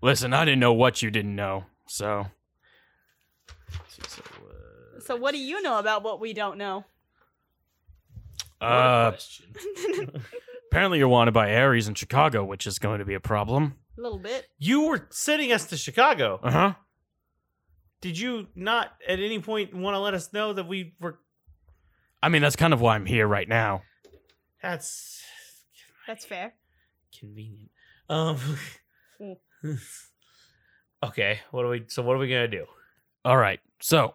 B: Listen, I didn't know what you didn't know. So
D: So what do you know about what we don't know?
B: uh, apparently you're wanted by Ares in Chicago, which is going to be a problem.
D: A little bit.
C: You were sending us to Chicago.
B: Uh-huh.
C: Did you not at any point want to let us know that we were?
B: I mean, that's kind of why I'm here right now.
C: That's
D: That's fair.
C: convenient. Um. okay. What are we? So what are we gonna do?
B: All right. So,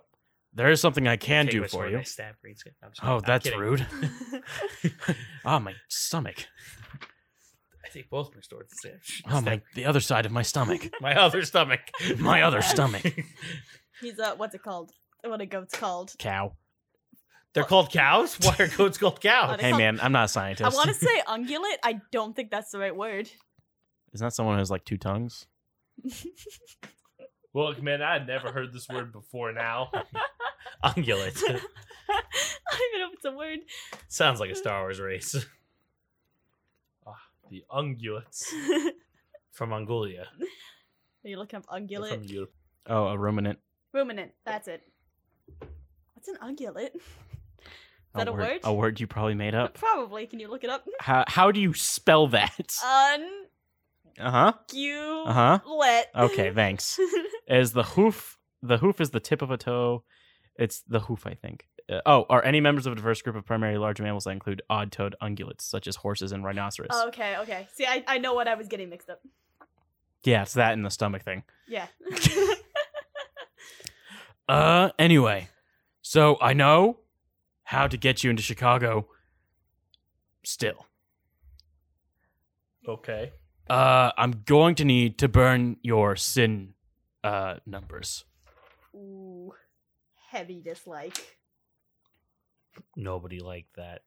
B: there is something I can
C: Take
B: do
C: my
B: for
C: sword
B: you.
C: and I stab Green Skin. I'm just kidding.
B: Oh,
C: I'm
B: that's
C: kidding.
B: rude. Ah, my stomach.
C: I take both my swords. and stab-
B: Oh,
C: stab
B: my the other side of my stomach.
C: my other stomach.
B: My other stomach.
D: He's a what's it called? What a goat's called.
B: Cow.
C: They're called cows. Why are goats called cows?
D: they
B: Hey
D: call-
B: man, I'm not a scientist.
D: I want to say ungulate. I don't think that's the right word.
B: Isn't that someone who has like two tongues?
A: Look, man, I had never heard this word before now.
C: Ungulate.
D: I don't even know if it's a word.
C: Sounds like a Star Wars race Ah,
A: The ungulates.
C: from Mongolia.
D: Are you looking up
A: They're
D: ungulate?
A: from Europe.
B: Oh, a ruminant.
D: Ruminant. That's it. What's an ungulate? Is that a word?
B: A word you probably made up.
D: Probably. Can you look it up?
B: How how do you spell that?
D: Ungulate.
B: Uh huh. Uh huh. Okay, thanks. Is the hoof the hoof is the tip of a toe? It's the hoof, I think. Uh, oh, are any members of a diverse group of primarily large mammals that include odd-toed ungulates such as horses and rhinoceros?
D: okay, okay. See, I, I know what I was getting mixed up.
B: yeah, it's that and the stomach thing.
D: Yeah.
B: Uh, anyway, so I know how to get you into Chicago. Still,
A: Okay.
B: uh, I'm going to need to burn your sin, uh, numbers.
D: Ooh. Heavy dislike.
C: Nobody liked that.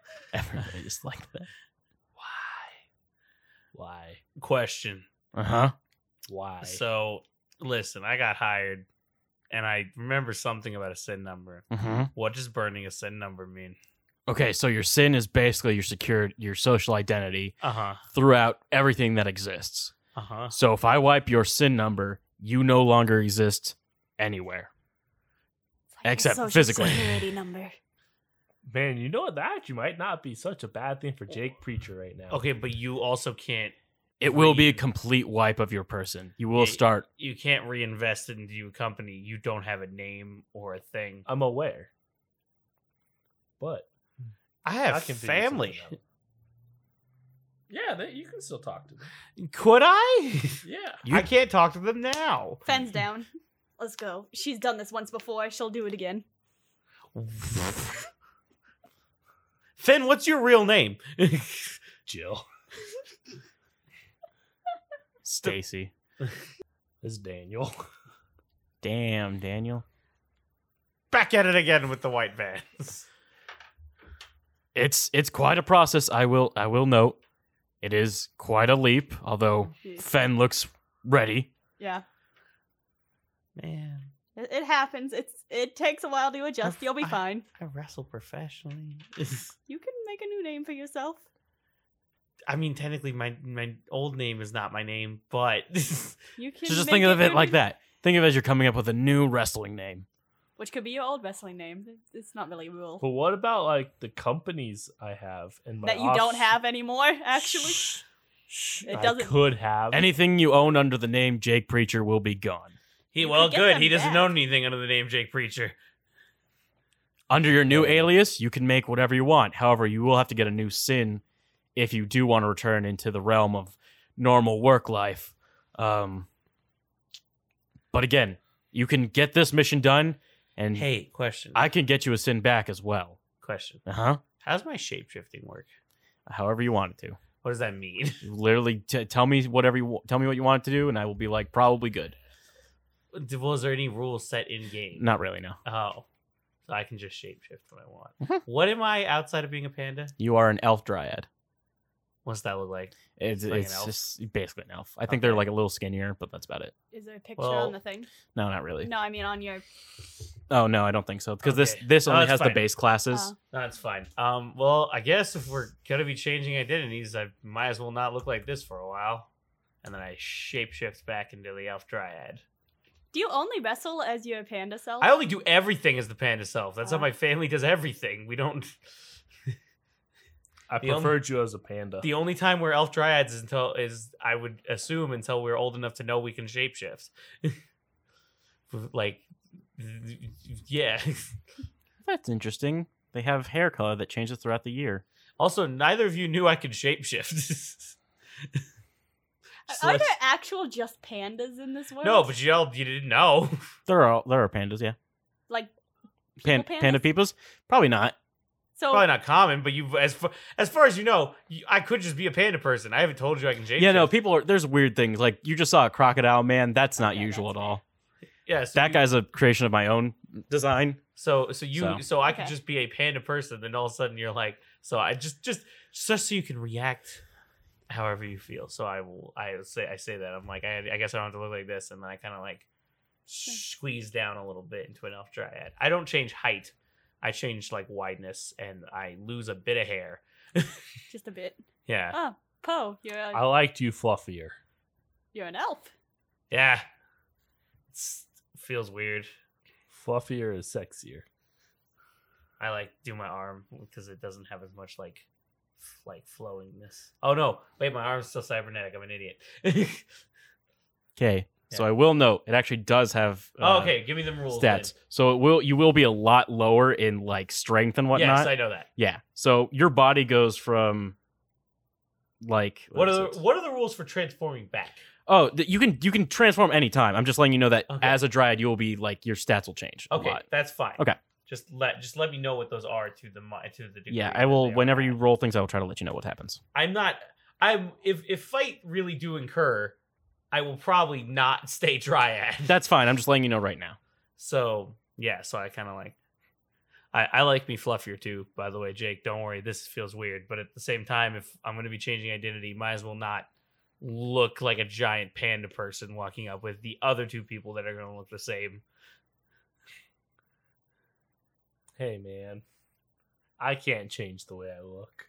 B: Everybody's like that.
C: Why? Why? Question.
B: Uh huh.
A: Why?
C: So, listen, I got hired and I remember something about a sin number.
B: Mm-hmm.
C: What does burning a sin number mean?
B: Okay, so your sin is basically your secured your social identity
C: Uh huh.
B: throughout everything that exists.
C: Uh huh.
B: So if I wipe your sin number, you no longer exist anywhere.
D: It's like my
B: Except
D: social
B: physically.
D: Security number.
A: man, you know what? That actually might not be such a bad thing for Jake Preacher right now.
C: Okay, but you also can't
B: It will be a
C: Read.
B: complete wipe of your person. You will
C: Yeah.
B: start.
C: you can't reinvest it into a company. You don't have a name or a thing.
A: I'm aware. But I
C: I have
A: can figure
C: family.
A: something out. Yeah, they, you can still talk to them.
C: Could I?
A: Yeah.
B: You-
C: I can't talk to them now.
B: Mm-hmm.
D: Fens down. Let's go. She's done this once before. She'll do it again.
C: Finn, what's your real name?
A: Jill.
B: Stacy.
A: This is Daniel.
B: Damn, Daniel.
C: Back at it again with the white vans.
B: It's it's quite a process. I will I will note. It is quite a leap, although Fen looks ready.
D: Yeah.
C: Man,
D: It, it happens. It's It takes a while to adjust. You'll be
C: I-
D: fine.
C: I wrestle professionally.
D: You can make a new name for yourself.
C: I mean, technically, my my old name is not my name, but
D: You can
B: So just
D: make
B: think of
D: your
B: it like
D: new-
B: that. Think of it as you're coming up with a new wrestling name.
D: Which could be your old wrestling name. It's- It's not really a rule.
A: But what about like the companies I have and my
D: that you don't
A: offs-
D: have anymore, actually. It
A: I
D: doesn't.
A: could have
B: Anything you own under the name Jake Preacher will be gone.
C: he
D: You
C: well,
D: could get
C: good.
D: them
C: He doesn't
D: back.
C: own anything under the name Jake Preacher.
B: Under your new
A: Yeah.
B: alias, you can make whatever you want. However, you will have to get a new sin if you do want to return into the realm of normal work life. Um, but again, you can get this mission done, and
C: Hey, question.
B: I can get you a sin back as well.
C: question.
B: Uh huh.
C: How's my shape shifting work?
B: However you want it to.
C: What does that mean?
B: You Literally, t- tell me whatever you wa- tell me what you want it to do, and I will be like probably good.
C: Was there any rules set in game?
B: Not really. No,
C: Oh, so I can
B: Mm-hmm.
C: just shape shift when I want. What am I outside of being a panda?
B: you are an elf dryad.
C: What's that look like?
B: It's,
C: Like an
B: it's
C: elf?
B: just basically an elf. I think they're
C: Okay.
B: like a little skinnier, but that's about it.
D: Is there a picture
C: Well-
D: on the thing?
B: No, not really.
D: No, I mean on your.
B: Oh no, I don't think so. Because this
C: Okay.
B: this
C: No,
B: only
C: that's
B: has the
C: fine.
B: base classes.
D: Oh.
C: That's fine. Um, well, I guess if we're gonna be changing identities, I might as well not look like this for a while. And then I shapeshift back into the elf dryad.
D: Do you only wrestle as your panda self?
C: I only do everything as the panda self. That's
D: Ah.
C: how my family does everything. We don't.
A: I
C: The only-
A: preferred you as a panda.
C: The only time we're elf dryads is until is I would assume until we're old enough to know we can shapeshift. like, yeah.
B: That's interesting. They have hair color that changes throughout the year.
C: Also, neither of you knew I could shapeshift. So
D: Are there
C: that's-
D: actual just pandas in this world?
C: no, but you all you didn't know.
B: There are there are pandas, yeah.
D: like
B: Pan,
D: People pandas?
B: Panda peoples? Probably not.
D: so.
C: Probably not common, but you as far, as far as you know, you, I could just be a panda person. I haven't told you I can shapeshift.
B: Yeah, no, people are. There's weird things like you just saw a crocodile man. That's not
D: Okay,
B: usual
D: that's
B: at all.
C: yeah, so
B: That
C: you-
B: guy's a creation of my own design.
C: So so you
B: So.
C: so, I could
D: Okay.
C: just be a panda person, then all of a sudden you're like, so I just just just so you can react however you feel. So I will I say I say that I'm like I, I guess I don't have to look like this, and then I kind of like squeeze down a little bit into an elf dryad. I don't change height. I change like wideness, and I lose a bit of hair.
D: just a bit.
C: Yeah,
D: Oh, Poe, you're a,
A: I liked you fluffier.
D: you're an elf.
C: yeah. It's, feels weird.
A: Fluffier is sexier.
C: I like do my arm because it doesn't have as much like f- like flowingness. Oh no, wait, my arm's still cybernetic. I'm an idiot.
B: Okay, so
C: Yeah.
B: I will note it actually does have
C: oh,
B: uh,
C: okay, give me the rules. then.
B: stats. So it will you will be a lot lower in like strength and whatnot.
C: Yes, I know that.
B: yeah. So your body goes from like
C: What
B: is
C: are
B: it?
C: the, what are the rules for transforming back?
B: Oh, th- you can you can transform anytime. I'm just letting you know that
C: Okay.
B: as a dryad, you will be like your stats will change a
C: Okay,
B: lot.
C: that's fine.
B: Okay.
C: just let just let me know what those are to the mi- to the degree.
B: Yeah,
C: that
B: I will.
C: they are
B: Whenever
C: at.
B: you roll things, I will try to let you know what happens.
C: I'm not. I'm if if fight really do incur, I will probably not stay dryad.
B: That's fine. I'm just letting you know right now.
C: So yeah, so I kind of like. I, I like me fluffier too, by the way, Jake. Don't worry, this feels weird, but at the same time, if I'm going to be changing identity, might as well not look like a giant panda person walking up with the other two people that are going to look the same.
A: Hey man, I can't change the way I look.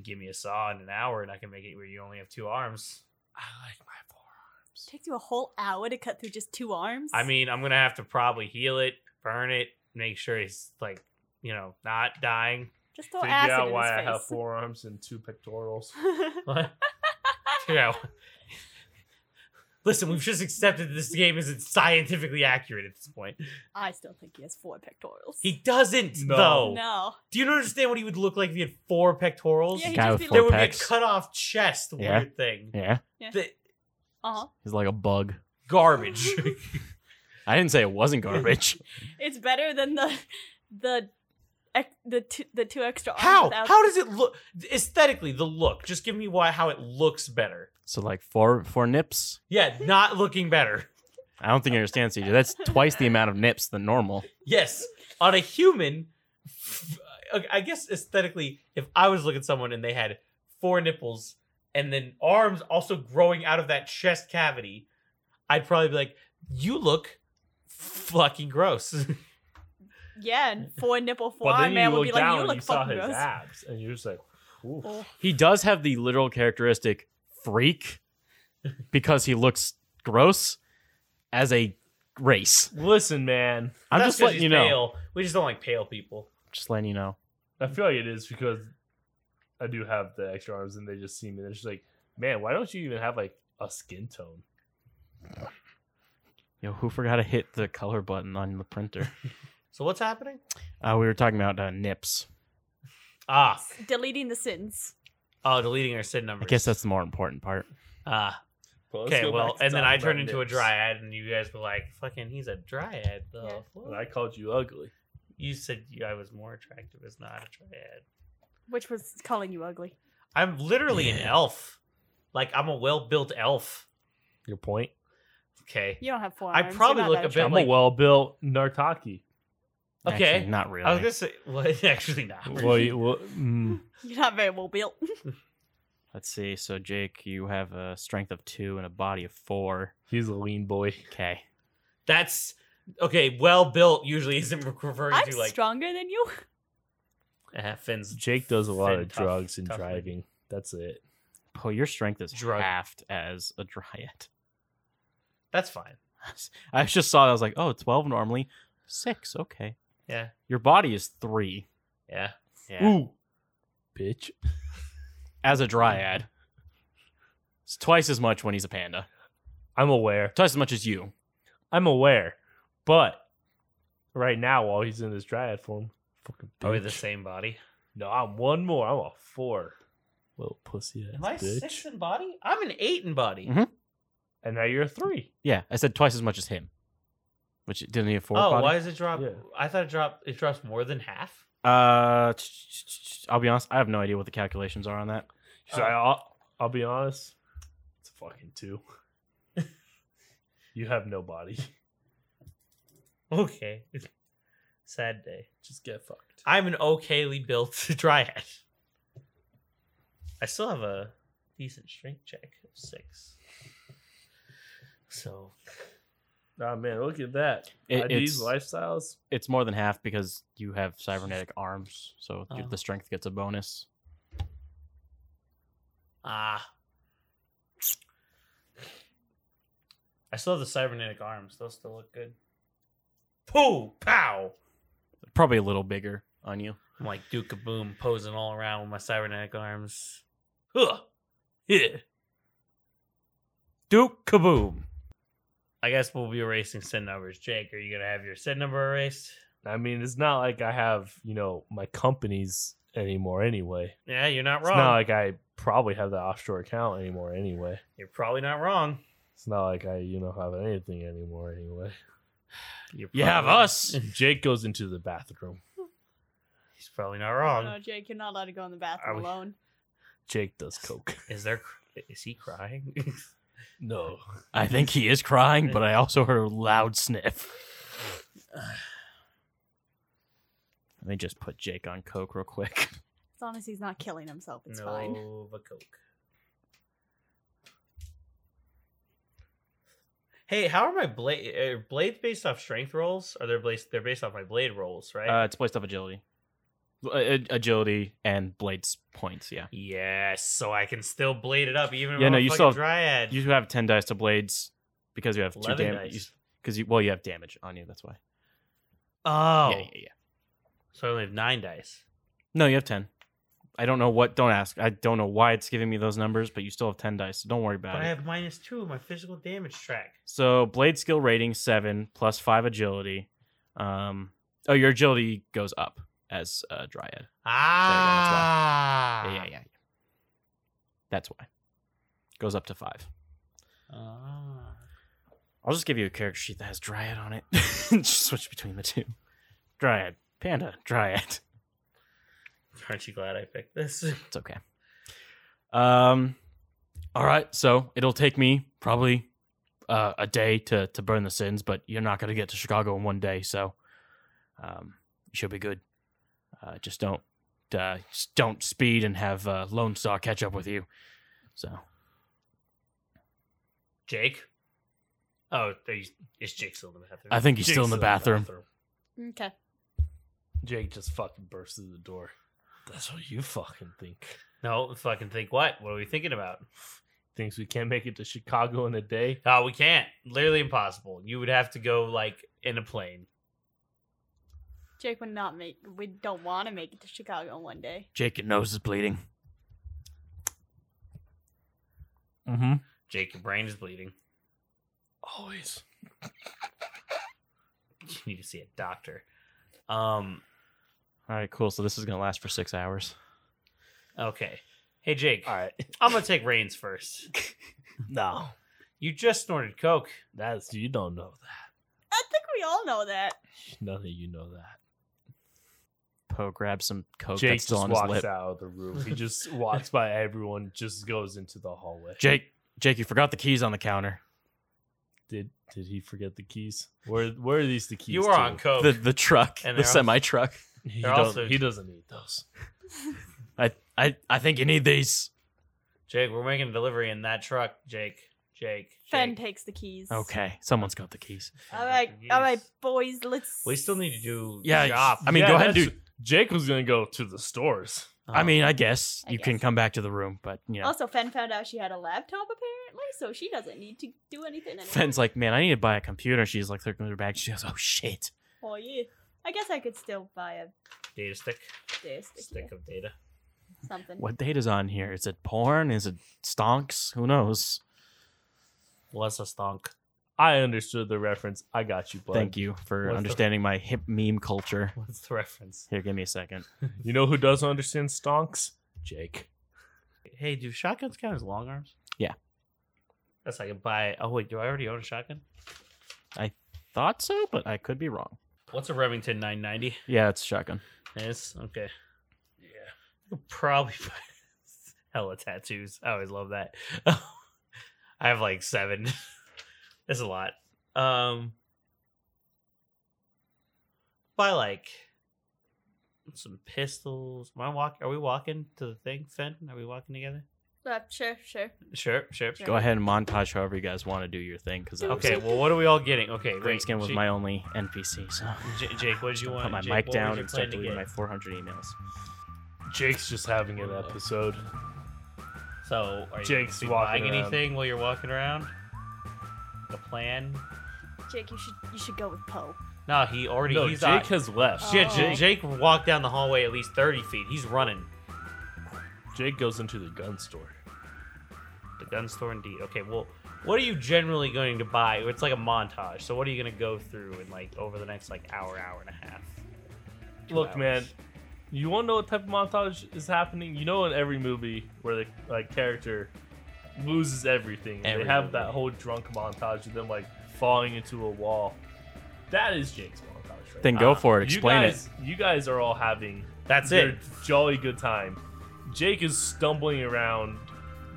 C: Give me a saw in an hour, and I can make it where you only have two arms.
A: I like my forearms.
D: It takes you a whole hour to cut through just two arms.
C: I mean, I'm going to have to probably heal it, burn it, make sure he's like, you know, not dying.
D: just throw
A: Figure
D: acid
A: out
D: in
A: why
D: his
A: I
D: face.
A: have forearms and two pectorals.
C: What? yeah. Listen, we've just accepted this game isn't scientifically accurate at this point.
D: I still think he has four pectorals.
C: He doesn't,
A: No.
C: though.
D: no.
C: Do you understand what he would look like if he had four pectorals?
D: Yeah, he'd
B: Guy
D: just
B: with
D: be
B: four
C: there would
B: pecs.
C: be a cut off chest
B: Yeah.
C: weird thing.
B: Yeah,
C: The-
D: Uh huh.
B: he's like a bug.
C: garbage.
B: I didn't say it wasn't garbage.
D: It's better than the the ex- the two, the two extra arms.
C: how?
D: without-
C: How does it look? Aesthetically, the look. Just give me why how it looks better.
B: so like four four nips.
C: Yeah, not looking better.
B: I don't think you understand, CJ. That's twice the amount of nips than normal.
C: Yes, on a human, f- I guess aesthetically, if I was looking at someone and they had four nipples and then arms also growing out of that chest cavity, I'd probably be like, "You look fucking gross."
D: Yeah, and four nipple four
A: but
D: arm
A: then
D: man
A: you
D: would be
A: look
D: like,
A: down
D: you
A: and
D: look
A: you saw
D: fucking
A: his
D: gross.
A: abs, and you're just like, oof.
D: Oh.
B: He does have the literal characteristic freak because he looks gross as a race.
A: Listen, man,
B: I'm
C: That's
B: just
C: 'cause
B: letting
C: he's
B: you know.
C: pale. We just don't like pale people.
B: Just letting you know.
A: I feel like it is because I do have the extra arms, and they just see me. They're just like, man, why don't you even have like a skin tone?
B: Yo, who forgot to hit the color button on the printer?
C: So what's happening?
B: Uh, we were talking about uh, nips.
C: Ah,
D: Deleting the sins.
C: oh, deleting our sin
B: I
C: numbers.
B: guess that's the more important part.
C: ah. Okay, well, and then I turned into a dryad, and you guys were like, "Fucking, he's a dryad." The
D: Yeah.
A: And
C: fuck?"
A: I called you ugly.
C: you said you, I was more attractive as not a dryad.
D: Which was calling you ugly.
C: I'm literally an elf. Like I'm a well-built elf.
A: Your point.
C: Okay.
D: You don't have four
C: I
D: arms.
C: probably
D: You're not
C: look
D: that
C: a bit
A: I'm
C: like-
A: a well-built Nartaki.
B: Actually,
C: Okay.
B: not really.
C: I was gonna say, well, actually not.
A: well, you, well mm,
D: attractive. You're not very well built.
B: Let's see. So Jake, you have a strength of two and a body of four.
A: He's a lean boy.
B: Okay.
C: That's okay. Well built usually isn't referring
D: I'm
C: to like
D: stronger than you.
C: uh, Finn's
A: Jake does a lot
C: Thin,
A: of
C: tough-
A: drugs and
C: tough man.
A: driving. That's it.
B: Oh, your strength is
C: Drug.
B: halved as a dryad.
C: That's fine.
B: I just saw. It, I was like, oh, 12 normally, six. Okay.
C: Yeah.
B: Your body is three.
C: Yeah.
B: Yeah.
A: Ooh, bitch.
B: As a
C: Mm.
B: dryad, it's twice as much when he's a panda.
A: I'm aware.
B: Twice as much as you.
A: I'm aware. But right now, while he's in this dryad form, fucking bitch.
C: Are we the same body?
A: No, I'm one more. I'm a four. Little pussy ass
C: Am I
A: bitch. Mm-hmm.
C: six in body? I'm an eight in body.
B: Mhm.
A: And now you're a three.
B: Yeah, I said twice as much as him. Which didn't he have four?
C: Oh,
B: body?
C: why does it drop?
A: Yeah.
C: I thought it dropped. It drops more than half.
B: Uh, t- t- t- I'll be honest. I have no idea what the calculations are on that.
A: So I,
B: Uh,
A: I'll, "Uh, I'll be honest. It's a fucking two. you have no body.
C: Okay. Sad day.
A: Just get fucked.
C: I'm an okayly built dryad. I still have a decent strength check of six. So
A: Oh man, look at that.
B: It-
A: Uh, these
B: it's-
A: lifestyles.
B: It's more than half because you have cybernetic arms, so
C: Oh.
B: the strength gets a bonus.
C: ah, I still have the cybernetic arms. Those still look good. Pooh pow!
B: Probably a little bigger on you.
C: I'm like Duke of Boom posing all around with my cybernetic arms. Huh. Yeah.
B: Duke kaboom.
C: I guess we'll be erasing sin numbers. Jake, are you gonna have your sin number erased?
A: I mean, it's not like I have you know my companies anymore. Anyway,
C: Yeah, you're not
A: it's
C: wrong.
A: not like I probably have the offshore account anymore. Anyway,
C: You're probably not wrong.
A: it's not like I you know have anything anymore. Anyway,
C: You're
B: You have
C: probably-
B: us.
A: Jake goes into the bathroom.
C: He's probably not
D: No,
C: wrong.
D: Jake, you're not allowed to go in the
C: Are
D: bathroom
C: we-
D: alone.
A: Jake does coke.
C: Is there? Is he crying?
A: No,
B: I think he is crying, but I also heard a loud sniff. Let me just put Jake on coke real quick.
D: As long as he's not killing himself, it's
C: no,
D: fine.
C: but coke. Hey, how are my blade? Are blades based off strength rolls? Are they blades? They're based off my blade rolls, right?
B: Uh, it's placed off agility, Uh, ag- agility and blades points. Yeah,
C: yes. So I can still blade it up, even.
B: Yeah,
C: if
B: no,
C: I'm a
B: you
C: fucking
B: still have-
C: dryad.
B: you have ten dice to blades because you have two
C: Eleven
B: damage.
C: dice.
B: Because you well, you have damage on you. That's why.
C: Oh,
B: Yeah, yeah, yeah.
C: so I only have nine dice.
B: No, you have ten. I don't know what. Don't ask. I don't know why it's giving me those numbers, but you still have ten dice. So don't worry about
C: But
B: it.
C: I have minus two in my physical damage track.
B: So blade skill rating seven plus five agility. Um, oh, your agility goes up as uh, dryad.
C: Ah,
B: Yeah, yeah, yeah, yeah. That's why. Goes up to five.
C: Ah.
B: I'll just give you a character sheet that has dryad on it. just switch between the two. Dryad, panda, dryad.
C: Aren't you glad I picked this?
B: It's okay. Um, all right. So it'll take me probably uh, a day to to burn the sins, but you're not gonna get to Chicago in one day, so um, you should be good. Uh, just don't uh, just don't speed and have uh, Lone Star catch up with you. So
C: Jake? Oh, are you, is Jake still in the bathroom?
B: I think he's still in
A: Jake's
B: the bathroom.
D: Okay.
A: Jake just fucking bursts through the door. That's what you fucking think.
C: No, fucking think what? What are we thinking about?
A: Thinks we can't make it to Chicago in a day.
C: Oh, we can't. Literally impossible. You would have to go like in a plane.
D: Jake would not make. We don't want to make it to Chicago in one day.
B: Jake, your nose is bleeding.
A: Mm-hmm.
C: Jake, your brain is bleeding.
A: Always.
C: You need to see a doctor. Um.
B: All right, cool. So this is gonna last for six hours.
C: Okay. Hey, Jake.
A: All right.
C: I'm gonna take reins first.
A: No,
C: You just snorted coke.
A: that's you don't know that.
D: I think we all know that.
A: None of you know that.
B: Poe grabs some coke
A: Jake
B: that's still
A: just
B: on his
A: walks
B: lip.
A: out of the room. He just walks by everyone, just goes into the hallway.
B: Jake, Jake, you forgot the keys on the counter.
A: did did he forget the keys? Where where are these the keys?
C: you were on
A: to?
C: coke.
B: The the truck,
C: And
B: the
C: they're also-
B: semi truck.
A: He,
C: They're
A: don't-
C: also-
A: he doesn't need those.
B: I I I think you need these.
C: Jake, we're making a delivery in that truck. Jake, Jake,
D: Fen
C: Jake.
D: takes the keys.
B: Okay, someone's got the keys.
D: All right, all right, boys. Let's.
C: We still need to do
B: Yeah,
C: Shop.
B: I mean, go ahead and do.
A: that's- Jake was gonna go to the stores.
B: I mean, Oh. I guess
D: I
B: you can
D: guess.
B: come back to the room, but you know,
D: Also, Fen found out she had a laptop apparently, so she doesn't need to do anything anymore.
B: Fenn's like, man, I need to buy a computer. She's like looking through her bag. She goes, oh shit.
D: Oh yeah. I guess I could still buy a
C: data stick,
D: disc
C: stick of data.
D: something.
B: What data's on here? Is it porn? Is it stonks? Who knows?
C: Was a stonk.
A: I understood the reference. I got you, bud.
B: Thank you for
C: What's the-
B: understanding my hip meme culture.
C: What's the reference?
B: Here, give me a second.
A: You know who doesn't understand stonks? Jake.
C: Hey, do shotguns count as long arms?
B: Yeah.
C: That's like I can buy. Oh wait, do I already own a shotgun?
B: Thought so, but I could be wrong.
C: What's a Remington 990?
B: Yeah, it's shotgun.
C: Yes. Okay. Yeah. I'll Probably buy hella tattoos. I always love that. I have like seven. That's a lot. Um buy like some pistols. Am I walk are we walking to the thing, Finn? Are we walking together?
D: Uh, sure, sure.
C: Sure, sure, sure.
B: Go ahead and montage however you guys want to do your thing, because
C: Okay, well what are we all getting? Okay,
B: Green
C: wait.
B: skin was
C: Ja-
B: my only NPC, so
C: J- Jake, what did you want?
B: put my
C: Jake, what
B: mic
C: was
B: down
C: your
B: and start
C: plan to
B: deleting my
C: get?
B: 400 emails.
A: Jake's just having an episode.
C: So, are you
A: Jake's
C: be
A: walking
C: buying
A: around.
C: anything while you're walking around? The plan?
D: Jake, you should you should go with Poe.
C: No, he already.
A: No,
C: he's
A: Jake
C: out.
A: has left.
C: Shit, J-
D: Oh.
C: Jake walked down the hallway at least thirty feet. He's running.
A: Jake goes into the gun store.
C: The gun store, indeed. Okay, well, what are you generally going to buy? It's like a montage. So, what are you going to go through in like over the next like hour, hour and a half? Two
A: Look,
C: hours?
A: man, you want to know what type of montage is happening? You know, in every movie where the like character loses everything,
B: Every
A: they have
B: movie.
A: that whole drunk montage of them like falling into a wall. That is Jake's montage. Right
B: Then
A: now.
B: go
C: Ah,
B: for it. Explain
A: you
B: it.
A: guys, You guys are all having
C: That's
A: their
C: it.
A: jolly good time. Jake is stumbling around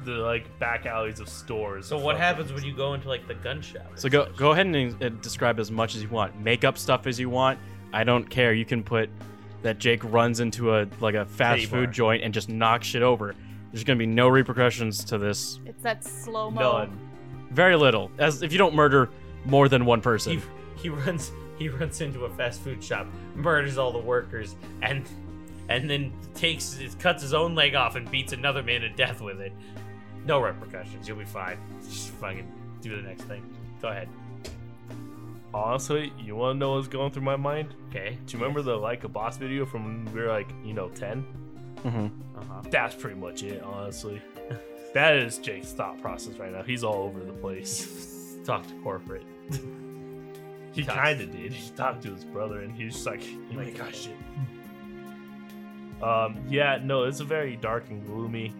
A: the like back alleys of stores.
C: So, what happens when you go into like the gun shop?
B: So go go ahead and uh, describe as much as you want. Make up stuff as you want. I don't care. You can put that Jake runs into a like a fast
C: Titty
B: food
C: bar.
B: joint and just knocks shit over. There's gonna be no repercussions to this.
D: It's that slow mo.
A: None.
B: Very little. As if you don't murder more than one person.
C: He, he runs. He runs into a fast food shop, murders all the workers, and and then takes cuts his own leg off and beats another man to death with it. No repercussions. You'll be fine. Just fucking do the next thing. Go ahead.
A: Honestly, you want to know what's going through my mind?
C: Okay.
A: Do you remember the like a boss video from when we were like, you know, 10?
B: Mhm.
C: Uh-huh.
A: That's pretty much it, honestly. that is Jake's thought process right now. He's all over the place.
C: Talk to corporate.
A: He
C: Talks.
A: kind of did. He talked to his brother and he's just like, oh my gosh, shit. Um, yeah, no, it's very dark and gloomy.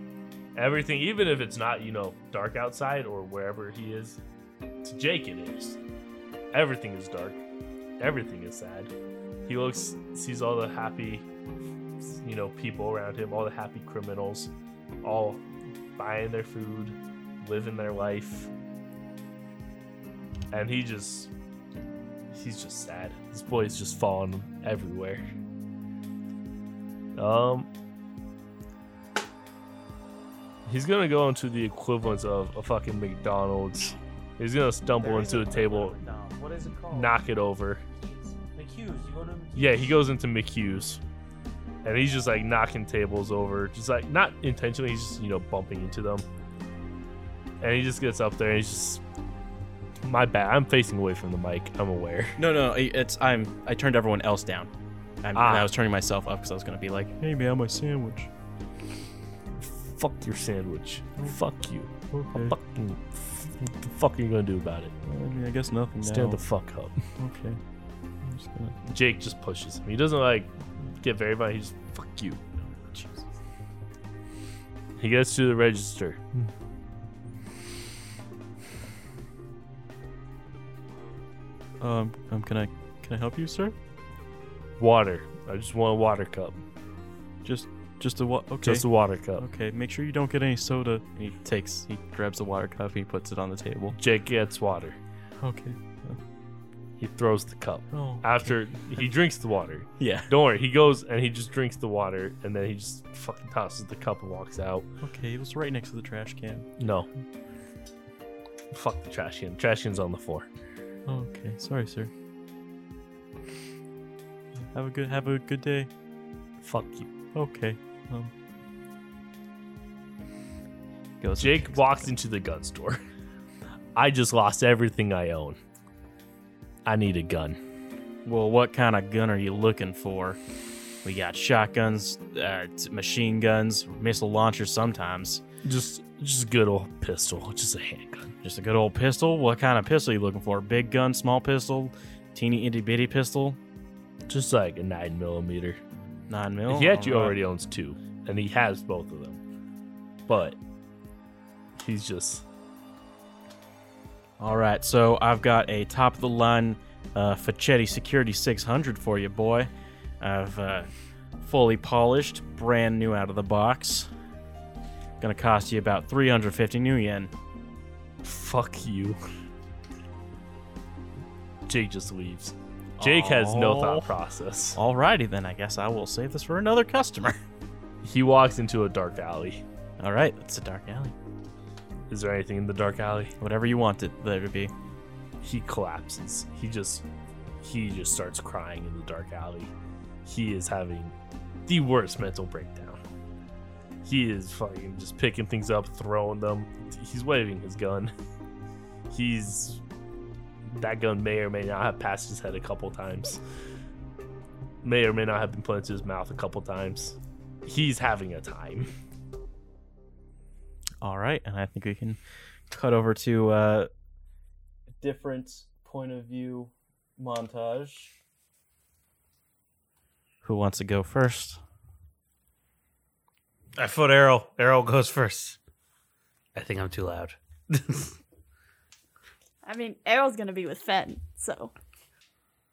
A: Everything, even if it's not, you know, dark outside or wherever he is, to Jake it is. Everything is dark. Everything is sad. He looks, sees all the happy, you know, people around him, all the happy criminals, all buying their food, living their life. And he just, he's just sad. This boy's just falling everywhere. Um, he's gonna go into the equivalent of a fucking McDonald's. He's gonna stumble into a table,
E: What is it called?
A: knock it over.
E: McHugh's. You go to
A: Yeah, he goes into McHugh's, and he's just like knocking tables over, just like not intentionally. He's just you know bumping into them, and he just gets up there and he's just. My bad. I'm facing away from the mic. I'm aware.
B: No, no, i- it's I'm I turned everyone else down. I'm,
A: Ah.
B: and I was turning myself up because I was gonna be like, hey man, my sandwich.
A: Fuck your sandwich. Fuck you. I'm fucking. What the fuck are you gonna do about it?
B: I mean, I guess nothing.
A: Stand the fuck up.
B: okay. I'm just gonna.
A: Jake just pushes him. He doesn't like get very violent. He just fuck you. He gets to the register.
B: Um, um, can I can I help you, sir?
A: Water. I just want a water cup.
B: Just just a what? Okay.
A: Just a water cup.
B: Okay, make sure you don't get any soda. And he takes, he grabs the water cup, he puts it on the table.
A: Jake gets water.
B: Okay.
A: He throws the cup.
B: Oh.
A: After he drinks the water.
B: Yeah.
A: Don't worry, he goes and he just drinks the water and then he just fucking tosses the cup and walks out.
B: Okay, it was right next to the trash can.
A: No. Fuck the trash can. Trash can's on the floor.
B: okay, sorry, sir. Have a good have a good day.
A: Fuck you.
B: Okay. Um. Goes and
A: Jake
B: takes-
A: walks into the gun store. I just lost everything I own. I need a gun.
B: Well, what kind of gun are you looking for? We got shotguns, uh, t- machine guns, missile launchers. Sometimes
A: Just just a good old pistol. Just a handgun.
B: just a good old pistol. What kind of pistol are you looking for? Big gun, small pistol, teeny itty bitty pistol,
A: Just like a nine millimeter.
B: nine
E: Oh,
B: mil.
A: he actually
B: All right.
A: already owns two, and he has both of them. But he's just
B: All right, so I've got a top of the line uh, Facchetti Security 600 for you, boy. I've uh, fully polished, brand new out of the box. Gonna cost you about 350 new yen.
A: fuck you. Jake just leaves. Jake has no
B: Oh.
A: thought process.
B: Alrighty then, I guess I will save this for another customer.
A: He walks into a dark alley.
B: All right, it's a dark alley.
A: Is there anything in the dark alley?
B: Whatever you want it there to be.
A: he collapses. He just he just starts crying in the dark alley. He is having the worst mental breakdown. He is fucking just picking things up, throwing them. He's waving his gun. He's that gun may or may not have passed his head a couple times. May or may not have been put into his mouth a couple times. He's having a time.
B: All right, and I think we can cut over to uh, different point of view montage. Who wants to go first?
C: I foot arrow. Arrow goes first. I think I'm too loud.
D: I mean, Errol's gonna be with Fenn, so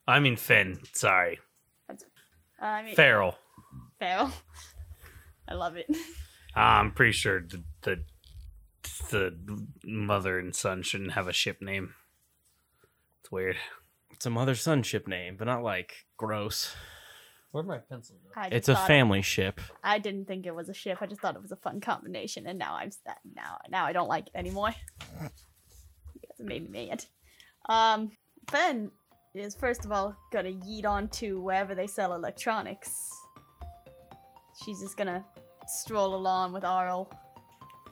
C: I mean Finn. Sorry,
D: I mean,
C: Feral.
D: Errol. I love it.
C: Ah, I'm pretty sure the, the the mother and son shouldn't have a ship name. It's weird.
B: It's a mother son ship name, but not like gross.
C: Where'd my pencil go?
D: I
B: It's
D: just
B: a
D: thought-
B: family ship.
D: I didn't think it was a ship. I just thought it was a fun combination, and now I'm s- now now I don't like it anymore. You guys made me mad. Um, Ben is first of all gonna yeet on to wherever they sell electronics. She's just gonna stroll along with Arl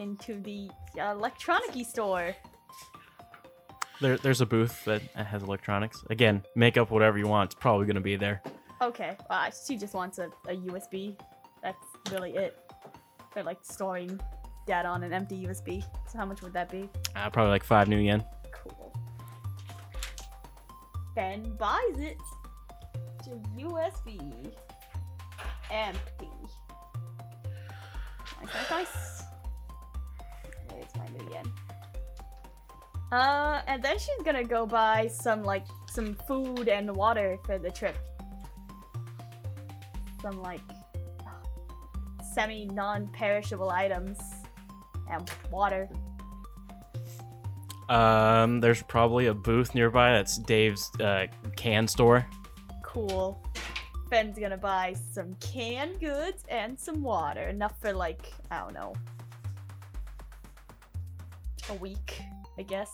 D: into the electronicy store.
B: There, there's a booth that has electronics. Again, make up whatever you want. It's probably gonna be there.
D: Okay, uh, she just wants a, a USB. That's really it. They're like storing data on an empty USB. So how much would that be?
B: Uh, probably like five new yen.
D: Cool. Ben buys it to USB empty. Nice, nice, nice. There's my new yen. Uh, and then she's gonna go buy some like some food and water for the trip. Some like semi non-perishable items and water.
B: Um, there's probably a booth nearby. That's Dave's uh, can store.
D: Cool. Ben's gonna buy some canned goods and some water. Enough for like, I don't know. A week, I guess.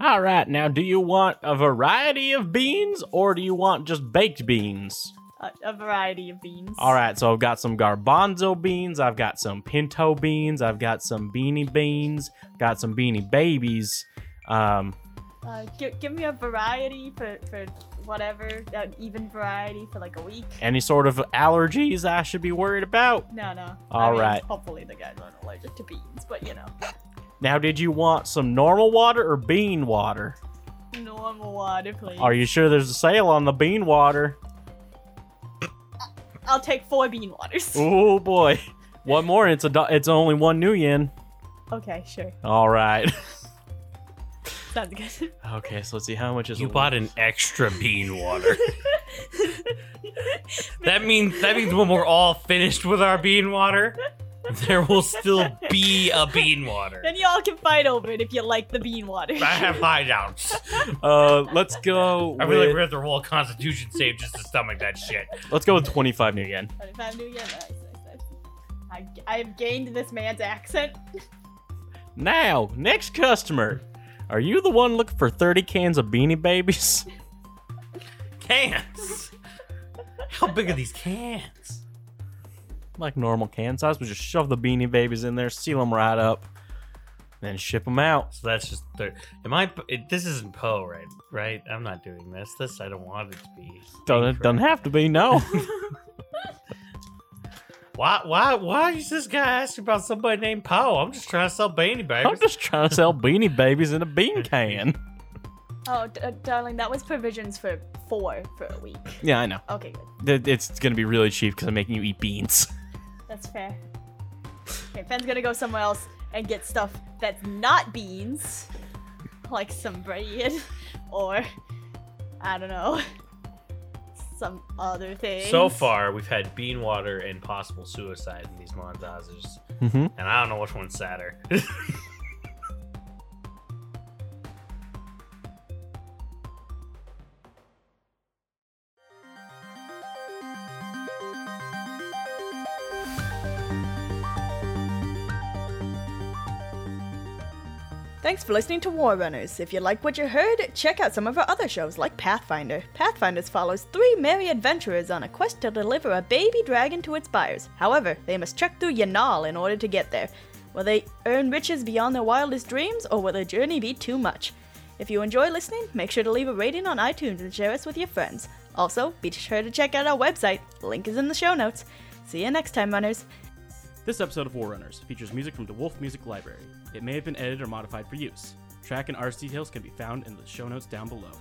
B: All right, now do you want a variety of beans or do you want just baked beans?
D: A, a variety of beans.
B: All right, so I've got some garbanzo beans, I've got some pinto beans, I've got some beanie beans, got some beanie babies. Um,
D: Uh, gi- give me a variety for, for whatever, an even variety for like a week.
B: any sort of allergies I should be worried about?
D: No, no.
B: All
D: I mean,
B: right.
D: Hopefully the guys aren't allergic to beans, but you know.
B: Now, did you want some normal water or bean water?
D: Normal water, please.
B: Are you sure there's a sale on the bean water?
D: I'll take four bean waters.
B: Oh boy, one more. It's a do- it's only one new yen.
D: Okay, sure.
B: All right.
D: Sounds good.
B: Okay, so let's see how much is
C: You
B: a-
C: bought an extra bean water. that means that means when we're all finished with our bean water, there will still be a bean water.
D: Then y'all can fight over it if you like the bean water.
C: I have high doubts.
B: Uh, let's go.
C: I really
B: with-
C: read the whole Constitution save just to stomach that shit.
B: let's go with twenty-five new yen.
D: 25 new yen. Nice, nice, nice. I, I've gained this man's accent.
B: Now, next customer. Are you the one looking for 30 cans of beanie babies?
C: Cans. How big are these cans?
B: like normal can size, we just shove the beanie babies in there, seal them right up, then ship them out.
C: So that's just thir- am I? It, this isn't Poe, right? Right? I'm not doing this. This I don't want it to be.
B: Doesn't, doesn't have to be, no.
C: Why? Why? Why is this guy asking about somebody named Poe? I'm just trying to sell beanie babies.
B: I'm just trying to sell beanie babies in a bean can.
D: Oh, d- uh, darling, that was provisions for four for a week.
B: Yeah, I know.
D: Okay, good.
B: Th- It's going to be really cheap because I'm making you eat beans.
D: That's fair. Okay, Fen's gonna go somewhere else and get stuff that's not beans, like some bread or I don't know, some other thing.
C: so far, we've had bean water and possible suicide in these montages,
B: Mm-hmm.
C: and I don't know which one's sadder.
G: Thanks for listening to War Runners. If you like what you heard, check out some of our other shows like Pathfinder. Pathfinders follows three merry adventurers on a quest to deliver a baby dragon to its buyers. However, they must trek through Yanal in order to get there. Will they earn riches beyond their wildest dreams, or will their journey be too much? If you enjoy listening, make sure to leave a rating on iTunes and share us with your friends. Also, be sure to check out our website. Link is in the show notes. See you next time, runners.
H: This episode of Warrunners features music from the Wolf Music Library. It may have been edited or modified for use. Track and artist details can be found in the show notes down below.